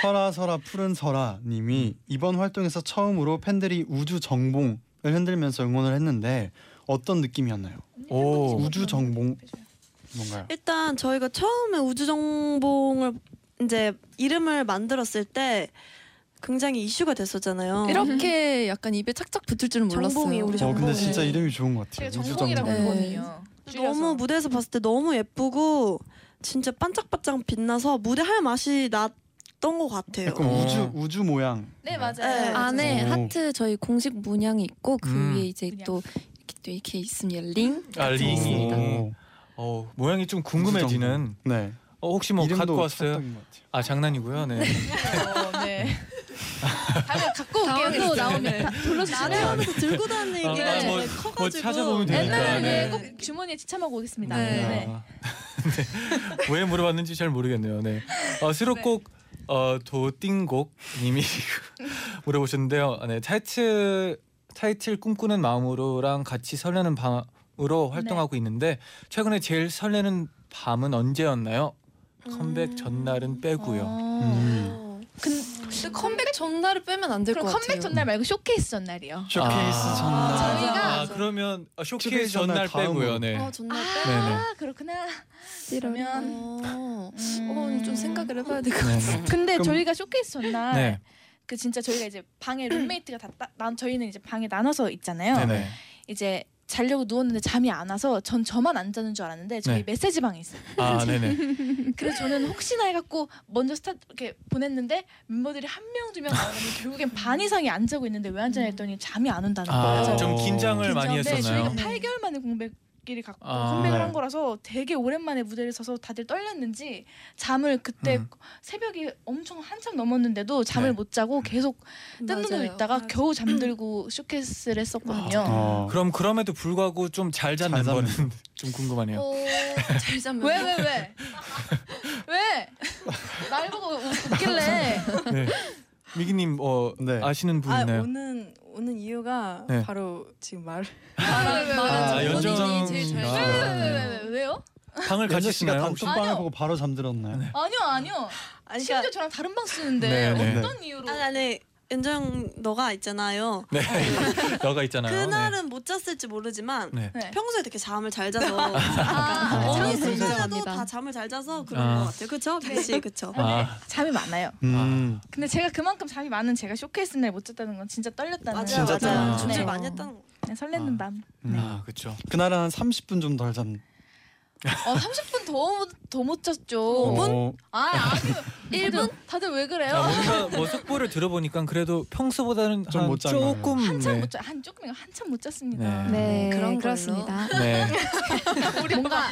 [SPEAKER 2] 설아 설아 푸른 설아 님이 이번 활동에서 처음으로 팬들이 우주 정봉을 흔들면서 응원을 했는데 어떤 느낌이었나요?
[SPEAKER 7] 어.
[SPEAKER 3] 오.
[SPEAKER 2] 우주 정봉 뭔가요?
[SPEAKER 6] 일단 저희가 처음에 우주정봉을 이제 이름을 만들었을 때 굉장히 이슈가 됐었잖아요.
[SPEAKER 10] 이렇게 약간 입에 착착 붙을 줄은 몰랐어요.
[SPEAKER 6] 정봉이 우리
[SPEAKER 2] 어 근데
[SPEAKER 6] 정봉.
[SPEAKER 2] 진짜 이름이 좋은 것 같아요.
[SPEAKER 7] 제가
[SPEAKER 2] 우주
[SPEAKER 7] 전공이라고
[SPEAKER 2] 정봉.
[SPEAKER 10] 네.
[SPEAKER 7] 했거든요.
[SPEAKER 6] 너무 무대에서 봤을 때 너무 예쁘고 진짜 반짝반짝 빛나서 무대 할 맛이 났던 것 같아요.
[SPEAKER 2] 약간
[SPEAKER 3] 어.
[SPEAKER 2] 우주 우주 모양.
[SPEAKER 7] 네
[SPEAKER 6] 네.
[SPEAKER 7] 맞아요.
[SPEAKER 10] 안에
[SPEAKER 2] 오.
[SPEAKER 10] 하트 저희 공식 문양이 있고 그
[SPEAKER 3] 음.
[SPEAKER 10] 위에 이제 또 이렇게 또 이렇게 있습니다. 링.
[SPEAKER 7] 음.
[SPEAKER 3] 아 링이.
[SPEAKER 2] 오.
[SPEAKER 3] 어 모양이 좀 궁금해지는.
[SPEAKER 2] 네.
[SPEAKER 3] 어, 혹시 뭐
[SPEAKER 2] 이름도
[SPEAKER 3] 갖고 왔어요?
[SPEAKER 2] 찰떡인 것 같아요.
[SPEAKER 3] 아 장난이고요. 네.
[SPEAKER 7] 어, 네. 다음에 갖고 올게요. 네. 또
[SPEAKER 10] 당황했어요.
[SPEAKER 7] 나오면
[SPEAKER 6] 나를 하면서 들고 다니는 게
[SPEAKER 3] 아, 뭐-
[SPEAKER 6] 커가지고
[SPEAKER 3] 뭐 찾아보면 되니까.
[SPEAKER 7] 옛날에
[SPEAKER 3] 네.
[SPEAKER 7] 꼭 주머니에 지참하고 오겠습니다.
[SPEAKER 10] 네.
[SPEAKER 3] 아, 네. 왜 물어봤는지 잘 모르겠네요. 네. 어, 수록곡 어, 도띵곡님이 물어보셨는데요. 아, 네. 타이틀 타이틀 꿈꾸는 마음으로랑 같이 설레는 밤으로 활동하고 있는데 최근에 제일 설레는 밤은 언제였나요? 컴백 전날은
[SPEAKER 7] 아.
[SPEAKER 3] 빼고요.
[SPEAKER 2] 음.
[SPEAKER 10] 근데 컴백 전날을 빼면 안 될 것
[SPEAKER 7] 그럼
[SPEAKER 10] 같아요.
[SPEAKER 7] 컴백 전날 말고 쇼케이스 전날이요.
[SPEAKER 2] 쇼케이스
[SPEAKER 3] 아.
[SPEAKER 2] 전날.
[SPEAKER 7] 저희가-
[SPEAKER 3] 아, 그러면 어, 쇼케이스
[SPEAKER 2] 쇼케이스 전날
[SPEAKER 3] 전날 빼고요.
[SPEAKER 2] 다음으로.
[SPEAKER 3] 네.
[SPEAKER 10] 아 전날
[SPEAKER 3] 네네.
[SPEAKER 7] 아 그렇구나.
[SPEAKER 10] 빼.
[SPEAKER 7] 그러면
[SPEAKER 10] 어,
[SPEAKER 7] 음.
[SPEAKER 10] 어, 좀 생각을 해봐야 될 것
[SPEAKER 3] 네.
[SPEAKER 10] 같아요.
[SPEAKER 7] 근데
[SPEAKER 2] 그럼-
[SPEAKER 7] 저희가 쇼케이스 전날
[SPEAKER 3] 네.
[SPEAKER 7] 그 진짜 저희가 이제 방에 룸메이트가 다, 따- 난 저희는 이제 방에 나눠서 있잖아요.
[SPEAKER 3] 네. 네.
[SPEAKER 7] 이제 자려고 누웠는데 잠이 안 와서 전 저만 안 자는 줄 알았는데 저희
[SPEAKER 3] 네.
[SPEAKER 7] 메시지 방에 있어요.
[SPEAKER 3] 아, 네, 네.
[SPEAKER 7] 그래서 저는 혹시나 해갖고 먼저 스타 이렇게 보냈는데 멤버들이 한 명 두 명 나오는데 결국엔 반 이상이 안 자고 있는데 왜 안 자냐 했더니 잠이 안 온다는 거예요.
[SPEAKER 3] 아,
[SPEAKER 2] 맞아요.
[SPEAKER 3] 좀 긴장을 많이
[SPEAKER 7] 긴장인데
[SPEAKER 3] 했었나요?
[SPEAKER 7] 저희가 8개월 만에 공백기를 갖고
[SPEAKER 3] 아,
[SPEAKER 7] 공백을
[SPEAKER 2] 네.
[SPEAKER 7] 한 거라서 되게 오랜만에 무대를 서서 다들 떨렸는지 잠을 그때
[SPEAKER 3] 음.
[SPEAKER 7] 새벽이 엄청 한참 넘었는데도 잠을
[SPEAKER 3] 네.
[SPEAKER 7] 못 자고 계속 뜬 눈으로
[SPEAKER 10] 맞아요.
[SPEAKER 7] 있다가 겨우 잠들고 쇼케이스를 했었거든요.
[SPEAKER 2] 어.
[SPEAKER 3] 그럼 그럼에도 불구하고 좀 잘 잡는
[SPEAKER 2] 잘 잡는
[SPEAKER 3] 거는 좀 궁금하네요.
[SPEAKER 7] 어,
[SPEAKER 10] 잘 자면
[SPEAKER 7] 왜 왜 왜? 왜? 날 보고 웃- 웃길래
[SPEAKER 3] 네. 미기님 어
[SPEAKER 2] 네.
[SPEAKER 3] 아시는 분
[SPEAKER 4] 아
[SPEAKER 3] 있나요?
[SPEAKER 4] 오는 오는 이유가
[SPEAKER 3] 네.
[SPEAKER 4] 바로 지금 말
[SPEAKER 3] 아,
[SPEAKER 10] 말은
[SPEAKER 3] 연정
[SPEAKER 10] 본인이 제일 잘
[SPEAKER 3] 씨가.
[SPEAKER 10] 자요.
[SPEAKER 7] 왜왜왜 왜요?
[SPEAKER 3] 방을
[SPEAKER 2] 연주
[SPEAKER 3] 같이
[SPEAKER 2] 씨가
[SPEAKER 3] 쓰나요? 혹시?
[SPEAKER 2] 단톡방을
[SPEAKER 7] 아니요.
[SPEAKER 2] 보고 바로 잠들었나요?
[SPEAKER 7] 아니요 아니요.
[SPEAKER 4] 아니, 그러니까
[SPEAKER 7] 심지어 저랑 다른 방 쓰는데
[SPEAKER 3] 네, 네.
[SPEAKER 7] 어떤 이유로?
[SPEAKER 6] 아니 아니 은정 너가 있잖아요.
[SPEAKER 3] 네. 너가 있잖아요. 네.
[SPEAKER 6] 그날은 못 잤을지 모르지만
[SPEAKER 3] 네.
[SPEAKER 7] 네.
[SPEAKER 6] 평소에 되게 잠을 잘 자서
[SPEAKER 7] 아,
[SPEAKER 10] 아,
[SPEAKER 6] 어느
[SPEAKER 10] 잠이 잘
[SPEAKER 6] 순간에도
[SPEAKER 10] 잡니다.
[SPEAKER 6] 다 잠을 잘 자서 그런
[SPEAKER 3] 아.
[SPEAKER 6] 것 같아요. 그렇죠, 씨, 그렇죠.
[SPEAKER 3] 아,
[SPEAKER 7] 잠이 많아요.
[SPEAKER 2] 음.
[SPEAKER 7] 근데 제가 그만큼 잠이 많은 제가 쇼케이스 날 못 잤다는 건 진짜 떨렸다는
[SPEAKER 6] 맞아요,
[SPEAKER 2] 진짜
[SPEAKER 6] 맞아요.
[SPEAKER 3] 아.
[SPEAKER 6] 준비
[SPEAKER 7] 네.
[SPEAKER 6] 많이 했다는 거.
[SPEAKER 7] 네, 설레는
[SPEAKER 3] 아.
[SPEAKER 7] 밤.
[SPEAKER 2] 음.
[SPEAKER 3] 아 그렇죠.
[SPEAKER 2] 그날은 한 30분 좀 덜 잠.
[SPEAKER 7] 어 30분 더더못 잤죠.
[SPEAKER 2] 어,
[SPEAKER 7] 아 아니요. 1분? 다들 왜
[SPEAKER 3] 아,
[SPEAKER 7] 그래요?
[SPEAKER 3] 뭔가 뭐 속보를 들어보니까 그래도 평소보다는
[SPEAKER 2] 좀
[SPEAKER 3] 한
[SPEAKER 2] 못 잤나요?
[SPEAKER 3] 조금
[SPEAKER 7] 한참
[SPEAKER 3] 네.
[SPEAKER 7] 못 잤. 한 조금 한참 못 잤습니다.
[SPEAKER 3] 네.
[SPEAKER 11] 네,
[SPEAKER 10] 그런 걸로.
[SPEAKER 11] 그렇습니다.
[SPEAKER 3] 네.
[SPEAKER 7] 뭔가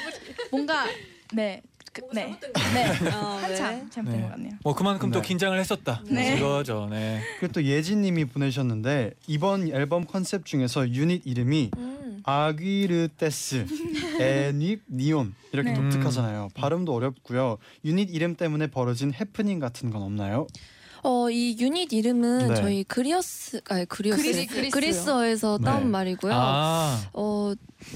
[SPEAKER 7] 뭔가 네. 그, 네. 네.
[SPEAKER 6] 어, 왜?
[SPEAKER 7] 한참 잘못된
[SPEAKER 3] 네.
[SPEAKER 7] 것 같네요.
[SPEAKER 3] 뭐 그만큼 또
[SPEAKER 2] 네.
[SPEAKER 3] 긴장을 했었다.
[SPEAKER 7] 네.
[SPEAKER 3] 이거죠. 네.
[SPEAKER 2] 그리고 또 예진님이 보내셨는데 이번 앨범 컨셉 중에서 유닛 이름이
[SPEAKER 10] 음.
[SPEAKER 2] 아귀르테스 에닙 니온 이렇게
[SPEAKER 7] 네.
[SPEAKER 2] 독특하잖아요. 발음도 어렵고요. 유닛 이름 때문에 벌어진 해프닝 같은 건 없나요?
[SPEAKER 10] 어, 이 유닛 이름은
[SPEAKER 2] 네.
[SPEAKER 10] 저희 그리어스 아니 그리어스
[SPEAKER 7] 그리스, 그리스.
[SPEAKER 10] 그리스어에서
[SPEAKER 2] 네.
[SPEAKER 10] 따온 말이고요.
[SPEAKER 3] 아.
[SPEAKER 10] 어,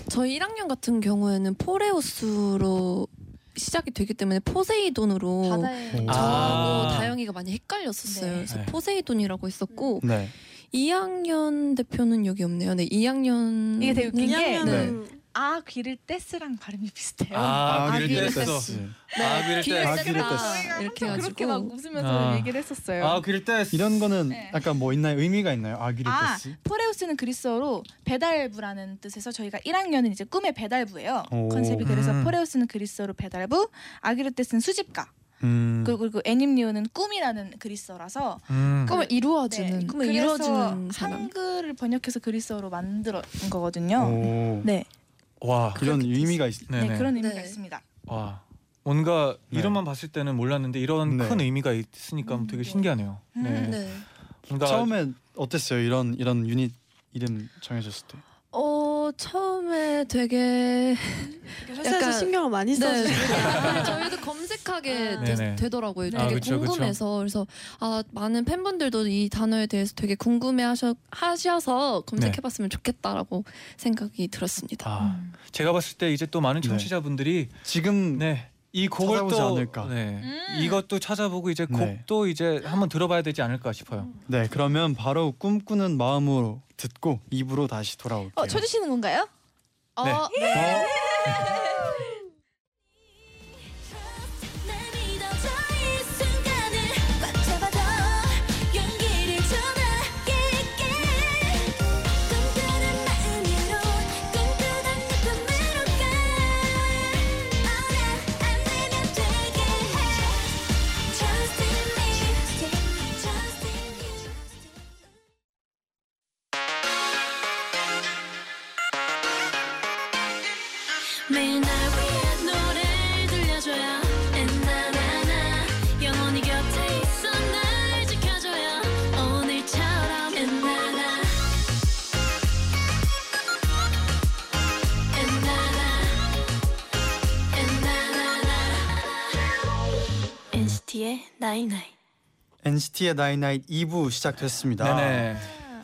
[SPEAKER 10] 저희 1학년 같은 경우에는 포레우스로 시작이 되기 때문에 포세이돈으로
[SPEAKER 7] 네. 뭐 바다에
[SPEAKER 2] 오.
[SPEAKER 10] 저하고
[SPEAKER 3] 아.
[SPEAKER 10] 어, 다영이가 많이 헷갈렸었어요.
[SPEAKER 7] 네.
[SPEAKER 10] 그래서
[SPEAKER 3] 네.
[SPEAKER 10] 포세이돈이라고 했었고
[SPEAKER 2] 네.
[SPEAKER 10] 2학년 대표는 여기 없네요. 네, 2학년
[SPEAKER 7] 이게 되게 웃긴 게
[SPEAKER 2] 네.
[SPEAKER 6] 이학년은
[SPEAKER 7] 아 귀를 떼스랑 발음이 비슷해요.
[SPEAKER 3] 아,
[SPEAKER 2] 아귀를
[SPEAKER 3] 귀를
[SPEAKER 2] 뗐어.
[SPEAKER 3] 뗐어.
[SPEAKER 7] 네,
[SPEAKER 3] 아, 귀를
[SPEAKER 7] 귀를
[SPEAKER 3] 뗐어.
[SPEAKER 2] 아, 귀를
[SPEAKER 7] 떼스랑
[SPEAKER 10] 뗐어. 이렇게
[SPEAKER 7] 항상 그렇게
[SPEAKER 10] 해가지고.
[SPEAKER 7] 막 웃으면서
[SPEAKER 3] 아.
[SPEAKER 7] 얘기를 했었어요.
[SPEAKER 3] 아 귀를 뗐어.
[SPEAKER 2] 이런 거는
[SPEAKER 7] 네.
[SPEAKER 2] 약간 뭐 있나요? 의미가 있나요? 아귀를
[SPEAKER 7] 아,
[SPEAKER 2] 뗐어.
[SPEAKER 7] 포레우스는 그리스어로 배달부라는 뜻에서 저희가 1학년은 이제 꿈의 배달부예요.
[SPEAKER 2] 오.
[SPEAKER 7] 컨셉이 그래서
[SPEAKER 3] 음.
[SPEAKER 7] 포레우스는 그리스어로 배달부, 아기르테스는 수집가,
[SPEAKER 2] 음.
[SPEAKER 7] 그리고 그리고 애님리오는 꿈이라는 그리스어라서
[SPEAKER 3] 음.
[SPEAKER 11] 꿈을 이루어주는
[SPEAKER 7] 네,
[SPEAKER 10] 꿈을
[SPEAKER 7] 그래서
[SPEAKER 10] 이루어주는 사람.
[SPEAKER 7] 한글을 번역해서 그리스어로 만들어 온 거거든요.
[SPEAKER 2] 오.
[SPEAKER 7] 네,
[SPEAKER 3] 와.
[SPEAKER 2] 그런 의미가 있.
[SPEAKER 7] 네,
[SPEAKER 3] 네네.
[SPEAKER 7] 그런 의미가
[SPEAKER 10] 네.
[SPEAKER 7] 있습니다.
[SPEAKER 3] 와. 뭔가
[SPEAKER 2] 네.
[SPEAKER 3] 이름만 봤을 때는 몰랐는데 이런
[SPEAKER 2] 네.
[SPEAKER 3] 큰 의미가 있으니까
[SPEAKER 7] 음,
[SPEAKER 3] 되게
[SPEAKER 7] 네.
[SPEAKER 3] 신기하네요. 네.
[SPEAKER 7] 음,
[SPEAKER 10] 네.
[SPEAKER 3] 뭔가
[SPEAKER 2] 처음에 어땠어요? 이런 이런 유닛 이름 정해졌을 때.
[SPEAKER 10] 어 처음에 되게
[SPEAKER 6] 회사에서
[SPEAKER 10] 약간-
[SPEAKER 6] 신경을 많이
[SPEAKER 10] 네.
[SPEAKER 6] 써주시고
[SPEAKER 10] 네, 저희도 검색하게
[SPEAKER 7] 아.
[SPEAKER 3] 네네.
[SPEAKER 10] 되, 더라고요 되게
[SPEAKER 3] 아, 그쵸, 그쵸.
[SPEAKER 10] 궁금해서 그래서 아 많은 팬분들도 이 단어에 대해서 되게 궁금해 하셔 하셔서 검색해봤으면 좋겠다라고 생각이 들었습니다.
[SPEAKER 3] 아,
[SPEAKER 7] 음.
[SPEAKER 3] 제가 봤을 때 이제 또 많은
[SPEAKER 2] 네.
[SPEAKER 3] 청취자분들이
[SPEAKER 2] 지금
[SPEAKER 3] 네. 이 곡을
[SPEAKER 2] 찾아보지
[SPEAKER 3] 또
[SPEAKER 2] 않을까.
[SPEAKER 3] 네.
[SPEAKER 7] 음.
[SPEAKER 3] 이것도 찾아보고 이제
[SPEAKER 2] 네.
[SPEAKER 3] 곡도 이제 한번 들어봐야 되지 않을까 싶어요.
[SPEAKER 2] 네 그러면 바로 꿈꾸는 마음으로 듣고 입으로 다시 돌아올게요.
[SPEAKER 7] 어, 쳐주시는 건가요?
[SPEAKER 3] 네.
[SPEAKER 7] 어,
[SPEAKER 2] 어?
[SPEAKER 9] Trust 날 믿어줘 이 순간을 꽉 잡아줘 용기를 전하게 할게 꿈꾸는 마음으로 꿈꾸던 꿈으로 가 알아 안 되면 되게 해 Trust in me Trust in me Trust in me 매일 날 위한 노래를 들려줘요 엔나나나 영원히 곁에 있어 날 지켜줘요 오늘처럼 엔나나 엔나나 엔나나나 NCT의 나이나이
[SPEAKER 2] NCT의 나이나잇 2부 시작됐습니다.
[SPEAKER 3] 네네.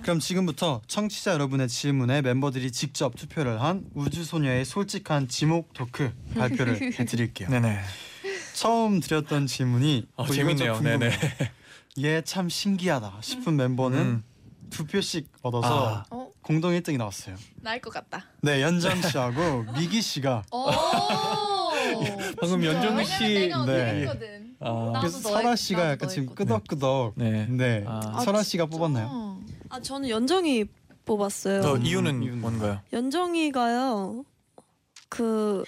[SPEAKER 2] 그럼 지금부터 청취자 여러분의 질문에 멤버들이 직접 투표를 한 우주소녀의 솔직한 지목 토크 발표를 해드릴게요.
[SPEAKER 3] 네네.
[SPEAKER 2] 처음 드렸던 질문이
[SPEAKER 3] 어,
[SPEAKER 2] 뭐 이건 좀
[SPEAKER 3] 재밌네요.
[SPEAKER 2] 궁금해요.
[SPEAKER 3] 네네.
[SPEAKER 2] 얘 참 신기하다 싶은 멤버는
[SPEAKER 3] 음.
[SPEAKER 2] 두 표씩 얻어서
[SPEAKER 3] 아.
[SPEAKER 7] 어?
[SPEAKER 2] 공동 1등이 나왔어요.
[SPEAKER 7] 나일 것 같다.
[SPEAKER 2] 네 연정 씨하고 미기 씨가
[SPEAKER 10] 어,
[SPEAKER 7] 오. 그렇죠.
[SPEAKER 3] 방금 연정
[SPEAKER 7] 왜냐면
[SPEAKER 3] 씨
[SPEAKER 7] 내가
[SPEAKER 2] 네.
[SPEAKER 7] 언니했거든.
[SPEAKER 3] 아,
[SPEAKER 10] 나도
[SPEAKER 2] 그래서
[SPEAKER 10] 너의-
[SPEAKER 2] 설아 씨가
[SPEAKER 10] 나도
[SPEAKER 2] 약간
[SPEAKER 10] 너의
[SPEAKER 2] 지금
[SPEAKER 10] 거다.
[SPEAKER 2] 끄덕끄덕
[SPEAKER 3] 네.
[SPEAKER 2] 네
[SPEAKER 3] 아.
[SPEAKER 2] 설아 씨가 뽑았나요?
[SPEAKER 6] 아 저는 연정이 뽑았어요.
[SPEAKER 3] 더
[SPEAKER 2] 음,
[SPEAKER 3] 이유는
[SPEAKER 2] 이유는
[SPEAKER 3] 뭔가요?
[SPEAKER 6] 연정이가요 그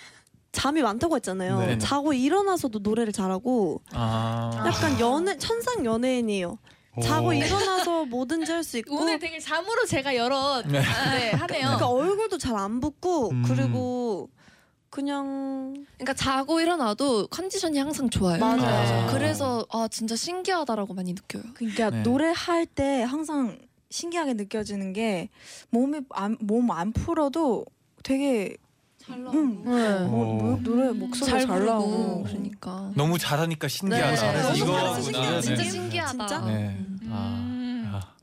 [SPEAKER 6] 잠이 많다고 했잖아요.
[SPEAKER 2] 네.
[SPEAKER 6] 자고 일어나서도 노래를 잘하고
[SPEAKER 3] 아.
[SPEAKER 6] 약간 연애 천상 연예인이에요. 자고
[SPEAKER 2] 오.
[SPEAKER 6] 일어나서 뭐든지 할 수 있고
[SPEAKER 7] 오늘 되게 잠으로 제가 여러
[SPEAKER 3] 네.
[SPEAKER 7] 네, 하네요.
[SPEAKER 6] 그러니까 얼굴도 잘 안 붓고
[SPEAKER 3] 음.
[SPEAKER 6] 그리고 그냥
[SPEAKER 10] 그러니까 자고 일어나도 컨디션이 항상 좋아요.
[SPEAKER 6] 맞아요.
[SPEAKER 3] 아.
[SPEAKER 10] 그래서 아 진짜 신기하다라고 많이 느껴요.
[SPEAKER 4] 그러니까
[SPEAKER 3] 네.
[SPEAKER 4] 노래할 때 항상 신기하게 느껴지는 게 몸이 몸안 풀어도 되게
[SPEAKER 10] 잘
[SPEAKER 4] 나오고. 음.
[SPEAKER 10] 네.
[SPEAKER 4] 뭐, 뭐, 노래 목소리 잘,
[SPEAKER 10] 부르고.
[SPEAKER 4] 나오고
[SPEAKER 10] 그러니까.
[SPEAKER 3] 너무 잘하니까 네. 신기하다.
[SPEAKER 6] 너무
[SPEAKER 10] 네.
[SPEAKER 6] 잘해서
[SPEAKER 3] 이거구나.
[SPEAKER 6] 신기하다.
[SPEAKER 10] 진짜
[SPEAKER 3] 네.
[SPEAKER 10] 신기하다.
[SPEAKER 6] 진짜?
[SPEAKER 3] 네.
[SPEAKER 10] 음.
[SPEAKER 7] 음,
[SPEAKER 3] 아.